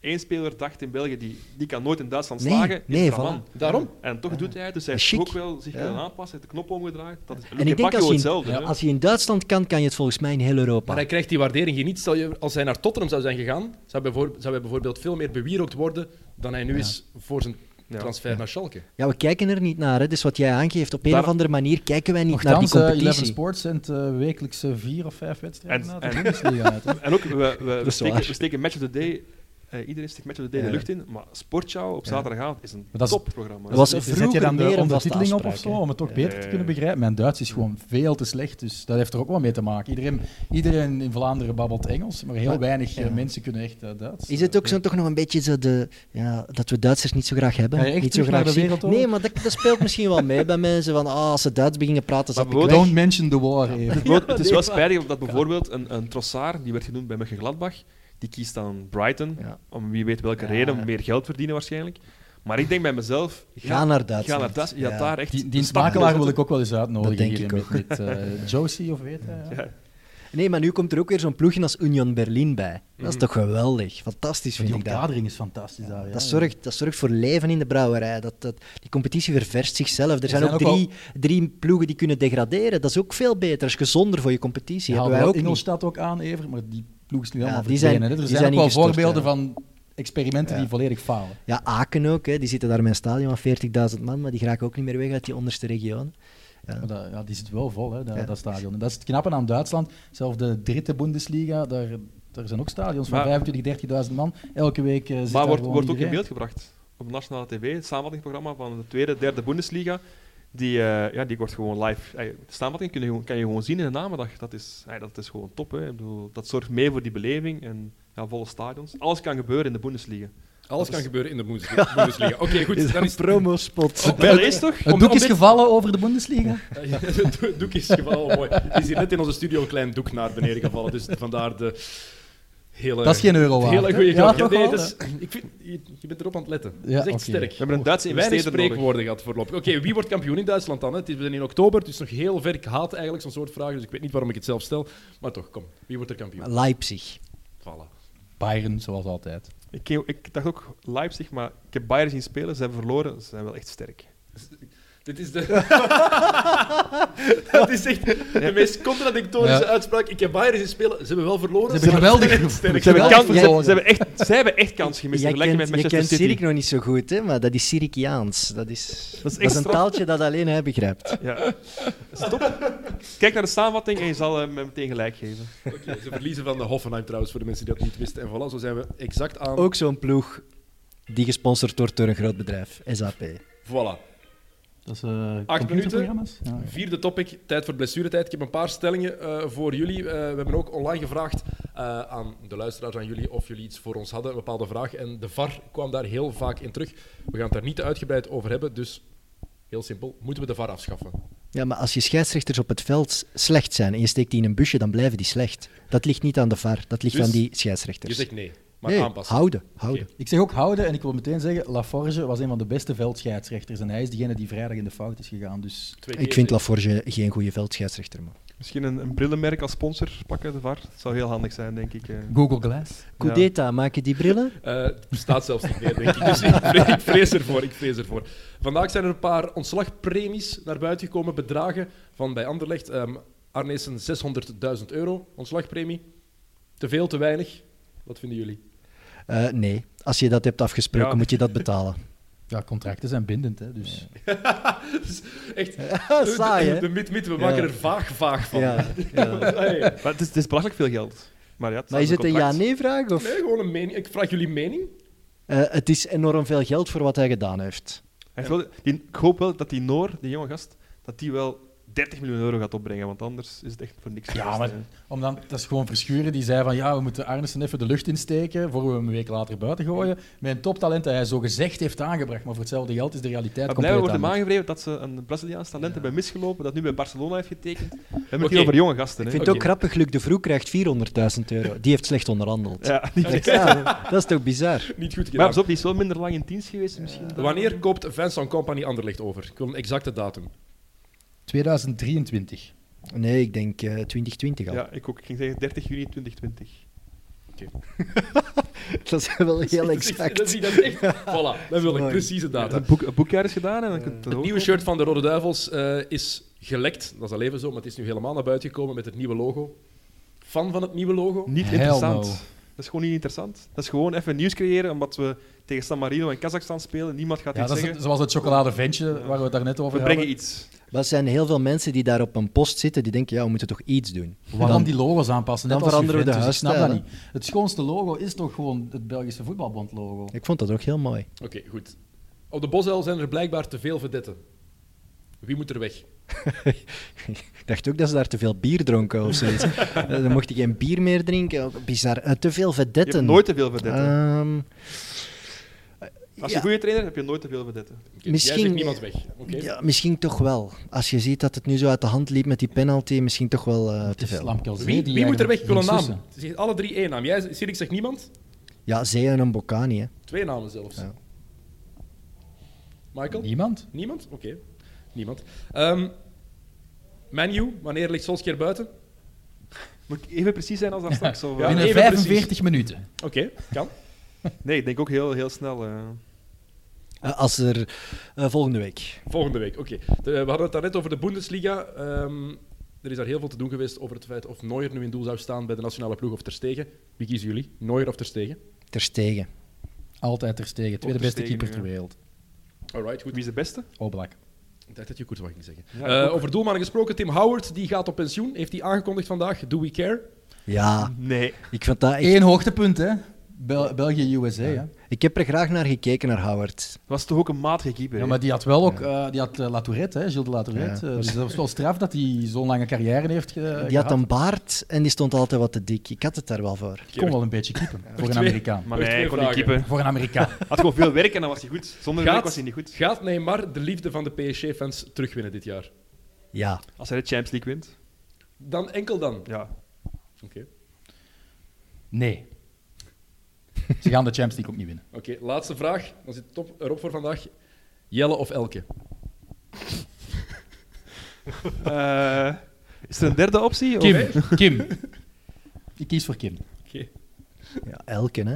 één speler dacht in België, die, die kan nooit in Duitsland Nee, slagen, is nee, Brabant. Daarom. En toch doet hij het, dus hij Chic. heeft ook wel zich Ja. kunnen aanpassen, heeft de knop omgedraaid. Dat is en ik denk als je, hetzelfde. in, hè. als je in Duitsland kan, kan je het volgens mij in heel Europa. Maar hij krijgt die waardering hier niet. Stel je, als hij naar Tottenham zou zijn gegaan, zou, bijvoor- zou hij bijvoorbeeld veel meer bewierookt worden dan hij nu is voor zijn Ja. transfer naar Schalke. Ja, we kijken er niet naar. Hè. Dus wat jij aangeeft, op een Daar- of andere manier kijken wij niet Nochtans, naar eh, die 11 competitie. Sports zendt eh, wekelijks eh, vier of vijf wedstrijden En- uit. en- de Bundesliga uit, hè. En ook, we, we, we, is steken, waar. we steken Match of the Day, eh, iedereen steekt Match of the Day Ja. de lucht in, maar Sportschouw op Ja. zaterdagavond is een Maar dat is- topprogramma. Dat was Dus vroeger Zet je dan meer een de vaste ondertiteling op of afspraak, zo, hè? om het ook beter te Ja. kunnen begrijpen? Mijn Duits is gewoon veel te slecht, dus dat heeft er ook wel mee te maken. Iedereen, iedereen in Vlaanderen babbelt Engels, maar heel Maar- weinig eh, ja. mensen kunnen echt eh, Duits. Is het ook zo, toch nog een beetje zo de, ja, dat we Duitsers niet zo graag hebben? Ga je echt niet zo terug graag naar de zien? wereldoorlog? Nee, maar dat, dat speelt misschien wel mee bij mensen. Van, ah, als ze Duits beginnen praten, Maar zat ik we weg. Don't mention the war even. Bijvoorbeeld, het is nee, wel maar- spijtig dat bijvoorbeeld een, een Trossard, die werd genoemd bij Mönchengladbach, die kiest dan Brighton, Ja. om wie weet welke Ja. reden, om meer geld verdienen waarschijnlijk. Maar ik denk bij mezelf, ga, Ga naar Duitsland. Ga naar Duitsland. Je had Ja. daar echt Die, een stap dienstmakelaar wil kunnen ik ook wel eens uitnodigen. Dat denk hier ik ook. Met, met eh, Josie of weet hij. zetten. ja. Ja. Nee, maar nu komt er ook weer zo'n ploegje als Union Berlin bij. Dat is toch geweldig. Fantastisch vind Mhm. Die ik dat. omkadering is fantastisch daar. ja. Dat zorgt, dat zorgt voor leven in de brouwerij. Dat, dat, die competitie ververst zichzelf. Er, Er zijn, zijn ook ook drie, drie ploegen die kunnen degraderen. Dat is ook veel beter. Dat is gezonder voor je competitie. Die Hebben haalden wij wel ook niet. Ingolstadt ook aan, Ever, maar die ploeg is nu Ja, allemaal die verdwenen. zijn- hè. die Er zijn, zijn ook wel ingestort, voorbeelden ja. van experimenten Ja. die volledig falen. Ja, Aken ook. Hè. Die zitten daar met een stadion van 40.000 man. Maar die geraken ook niet meer weg uit die onderste regionen. Maar dat, ja, die zit wel vol, hè, dat, Ja. dat stadion. En dat is het knappe aan Duitsland. Zelfs de dritte Bundesliga, daar, daar zijn ook stadions Maar- van 25.000, 30.000 man. Elke week eh, zit Maar daar wordt, gewoon wordt ook in iedereen. beeld gebracht op nationale tv, het samenvattingsprogramma van de tweede, derde Bundesliga. Die, eh, ja, die wordt gewoon live. eh, de samenvatting kun je, gewoon- kan je gewoon zien in de namiddag. Dat is, eh, dat is gewoon top. Hè. Ik bedoel, dat zorgt mee voor die beleving en ja, volle stadions. Alles kan gebeuren in de Bundesliga. Alles kan gebeuren in de Bundes- Bundesliga. Oké, goed. Dan is Oh, promospot. Wel is toch? Het Om- doek om is dit- gevallen over de Bundesliga. het do- doek is gevallen. Oh, mooi. Er is hier net in onze studio een klein doek naar beneden gevallen. Dus vandaar de hele... Dat is geen euro waard, Hele hè? goede Ja, grap. toch nee, wel, dat is- ik vind, je, je bent erop aan het letten. Ja, dat is echt oké. sterk. We hebben een Duitse Oh, Weinig investeerder nodig. spreekwoorden gehad voorlopig. Oké, wie wordt kampioen in Duitsland dan? Hè? Het is, we zijn in oktober, het is nog heel ver. Ik haat eigenlijk zo'n soort vragen, dus ik weet niet waarom ik het zelf stel. Maar toch, kom. Wie wordt er kampioen? Leipzig. Voilà. Bayern, zoals altijd. Ik, ken- ik dacht ook Leipzig, maar ik heb Bayern zien spelen. Ze hebben verloren. Ze zijn wel echt sterk. Dit is de. dat is echt de meest contradictorische Ja. uitspraak. Ik heb Bayern zien spelen, ze hebben wel verloren. Ze hebben geweldig waren gevo- sterk. Ze hebben, Geweldig kans- ze, verloren. ze hebben echt, ze hebben echt kans gemist. Jij in vergelijking kent, met je Manchester kent Sirik City. nog niet zo goed, hè? maar dat is Sirikiaans. Dat is, dat is, echt een straf. taaltje dat alleen hij begrijpt. Ja. Stop. Kijk naar de samenvatting en je zal eh, me meteen gelijk geven. Oké, ze verliezen van de Hoffenheim trouwens, voor de mensen die dat niet wisten. En voilà, zo zijn we exact aan. Ook zo'n ploeg die gesponsord wordt door een groot bedrijf, SAP. Voilà. Dat is eh, computerprogramma's? computerprogramma's. Vierde topic, tijd voor blessuretijd. Ik heb een paar stellingen eh, voor jullie. Eh, we hebben ook online gevraagd eh, aan de luisteraars, aan jullie, of jullie iets voor ons hadden, een bepaalde vraag. En de VAR kwam daar heel vaak in terug. We gaan het daar niet uitgebreid over hebben, dus heel simpel. Moeten we de VAR afschaffen? Ja, maar als je scheidsrechters op het veld slecht zijn en je steekt die in een busje, dan blijven die slecht. Dat ligt niet aan de VAR, dat ligt Dus- aan die Je scheidsrechters. zegt nee. Maar nee, aanpassen. houden. houden. Ik zeg ook houden en ik wil meteen zeggen, Laforge was een van de beste veldscheidsrechters. En hij is diegene die vrijdag in de fout is gegaan. Dus Twee Ik keer, vind hè. Laforge geen goede veldscheidsrechter. Man. Misschien een, een brillenmerk als sponsor pakken, de VAR. Dat zou heel handig zijn, denk ik. eh. Google Glass. Kudeta, maak je die brillen? Eh, het bestaat zelfs niet meer, denk ik. Dus ik vrees, ik vrees ervoor, ik vrees ervoor. Vandaag zijn er een paar ontslagpremies naar buiten gekomen. Bedragen van bij Anderlecht. ehm Arnesen 600.000 euro ontslagpremie. Te veel, te weinig. Wat vinden jullie? Eh, nee, als je dat hebt afgesproken, Ja. moet je dat betalen. Ja, contracten zijn bindend, hè. Dus Echt, Saai, de, hè? de mid, mid, we maken Ja. er vaag, vaag van. Ja, ja. Hey. Maar het, is, het is belachelijk veel geld. Maar, ja, Maar is het een ja-nee-vraag? Of? Nee, gewoon een mening. Ik vraag jullie mening. Eh, het is enorm veel geld voor wat hij gedaan heeft. Hij heeft wel- die- ik hoop wel dat die Noor, die jonge gast, dat die wel 30 miljoen euro gaat opbrengen, want anders is het echt voor niks. Ja, geweest, maar- hè. om dan, dat is gewoon Verschuren die zei van ja, we moeten Arnesen even de lucht insteken voor we hem een week later buiten gooien. Met een toptalent dat hij zo gezegd heeft aangebracht. Maar voor hetzelfde geld is de realiteit Maar blijkbaar compleet wordt hem anders. aangevreven dat ze een Braziliaans talent hebben misgelopen, dat nu bij Barcelona heeft getekend. We hebben het Oké. hier over jonge gasten. Ik Hè. vind het Oké. ook grappig, Luc de Vroeg krijgt 400.000 euro. Die heeft slecht onderhandeld. Ja, niet Ik zeg, ja, dat is toch bizar? Niet goed Maar gedaan. pas op, die is wel minder lang in dienst geweest misschien. dan- Wanneer koopt Vincent Company Anderlecht over? Ik wil een exacte datum. 2023. Nee, ik denk eh, 2020 al. Ja, ik ook. Ik ging zeggen 30 juni 2020. Dat is wel heel Dat is- Dat exact. is, dat is echt... Voilà, dat wil ik. Mooi. Precieze datum. Een, Ah, boek, een boekjaar is gedaan en dan kunt Het nieuwe shirt van de Rode Duivels eh, is gelekt. Dat is al even zo, maar het is nu helemaal naar buiten gekomen met het nieuwe logo. Fan van het nieuwe logo? Niet Hell interessant. no. Dat is gewoon niet interessant. Dat is gewoon even nieuws creëren, omdat we tegen San Marino en Kazachstan spelen. Niemand gaat Ja, iets dat is zeggen. het- zoals het chocoladeventje waar we het daarnet over We hadden. brengen iets. Maar er zijn heel veel mensen die daar op een post zitten, die denken, ja, we moeten toch iets doen. Waarom Dan- die logo's aanpassen? Net dan als veranderen we de Juventus, Ik snap dat huisstijl, niet. Het schoonste logo is toch gewoon het Belgische voetbalbond logo. Ik vond dat ook heel mooi. Oké, goed. Op de Bosuil zijn er blijkbaar te veel vedetten. Wie moet er weg? Ik dacht ook dat ze daar te veel bier dronken of zoiets. Eh, Dan mocht je geen bier meer drinken. Ook Bizar. Eh, te veel Je hebt vedetten. nooit te veel verdetten. Ehm, Als je een goede trainer hebt, heb je nooit te veel verdetten. Oké, Misschien- dus Jij zegt niemand weg. Oké. ja, misschien toch wel. Als je ziet dat het nu zo uit de hand liep met die penalty, misschien toch wel eh, te veel. Wie, wie moet er weg? Ik wil een naam. Ze zeggen alle drie één naam. Jij, Sirik zegt niemand. Ja, Zee en een Bocani. Hè. Twee namen zelfs. Ja. Michael? Niemand? Niemand? Oké. Niemand. Ehm Menu, wanneer ligt Solskjaer buiten? Moet ik even precies zijn als dat straks? Of, Ja. eh? Binnen even 45 minuten. Oké, kan. Nee, ik denk ook heel, heel snel. eh. Eh, als er eh, volgende week. Volgende week, oké. De- We hadden het daarnet over de Bundesliga. Ehm, er is daar heel veel te doen geweest over het feit of Neuer nu in doel zou staan bij de nationale ploeg of Ter Stegen. Wie kiezen jullie? Neuer of Ter Stegen? Ter Stegen. Altijd ter stegen. Tweede Ter beste Stegen, keeper ter ja. wereld. Alright, goed. Wie is de beste? Oblak. Ik dacht dat je Courtois ging zeggen. Ja, ik Eh, over doelmannen gesproken, Tim Howard die gaat op pensioen. Heeft hij aangekondigd vandaag? Do we care? Ja, Nee. ik vond dat echt... Eén hoogtepunt, hè? Bel- België-USA, ja. Ik heb er graag naar gekeken, naar Howard. Was toch ook een matige keeper? Ja, hè? maar die had wel ook... eh, die had eh, Latourette, hè? Gilles de Latourette. Ja. Eh, dus dat was wel straf dat hij zo'n lange carrière heeft ge- Die gehad. had een baard en die stond altijd wat te dik. Ik had het daar wel voor. Kon wel een beetje keeper. Voor een Twee. Amerikaan. Nog Maar nee, twee ik kon niet vragen. keeper. Voor een Amerikaan. Had gewoon veel werk en dan was hij goed. Zonder werk was hij niet goed. gaat Neymar de liefde van de PSG-fans terugwinnen dit jaar? Ja. Als hij de Champions League wint. Dan enkel dan. Oké. Ja. Nee. Ze gaan de Champions League ook niet winnen. Oké, laatste vraag. Dan zit het top erop voor vandaag. Jelle of Elke? Eh, is er een derde optie? Of- Kim. Kim. Ik kies voor Kim. Oké. ja elke, hè.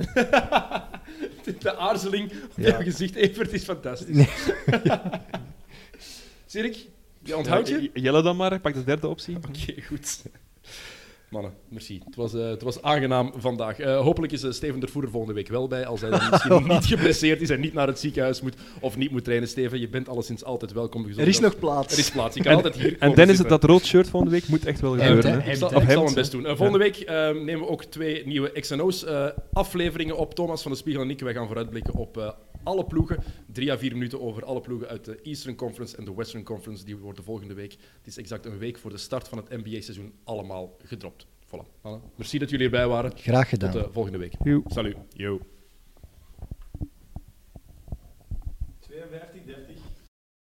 De aarzeling op Ja. jouw gezicht, Evert, is fantastisch. Nee. Sirik, je onthoudt je? Ja, Jelle dan maar, pak de derde optie. Oké, goed. Mannen, merci. Het was, eh, het was aangenaam vandaag. Eh, hopelijk is eh, Steven de Voerder volgende week wel bij. Als hij dan misschien niet geblesseerd is en niet naar het ziekenhuis moet of niet moet trainen. Steven, je bent alleszins altijd welkom. Gezond. Er is nog Er is plaats. plaats. Je kan En, altijd hier Oh, en komen Dennis, zitten. dat rood shirt volgende week moet echt wel Hemd, gebeuren. hè? hè. Ik Hemd, zal, hè? ik zal Hemd, hem best hè? doen. Eh, volgende week eh, nemen we ook twee nieuwe X&O's eh, afleveringen op. Thomas van de Spiegel en ik, wij gaan vooruitblikken op eh, alle ploegen. Drie à vier minuten over alle ploegen uit de Eastern Conference en de Western Conference. Die worden volgende week, het is exact een week voor de start van het NBA-seizoen, allemaal gedropt. Voilà. Mannen, Merci dat jullie erbij waren. Graag Tot gedaan. eh, volgende week. Joe. Salut. Yo. 52, 13.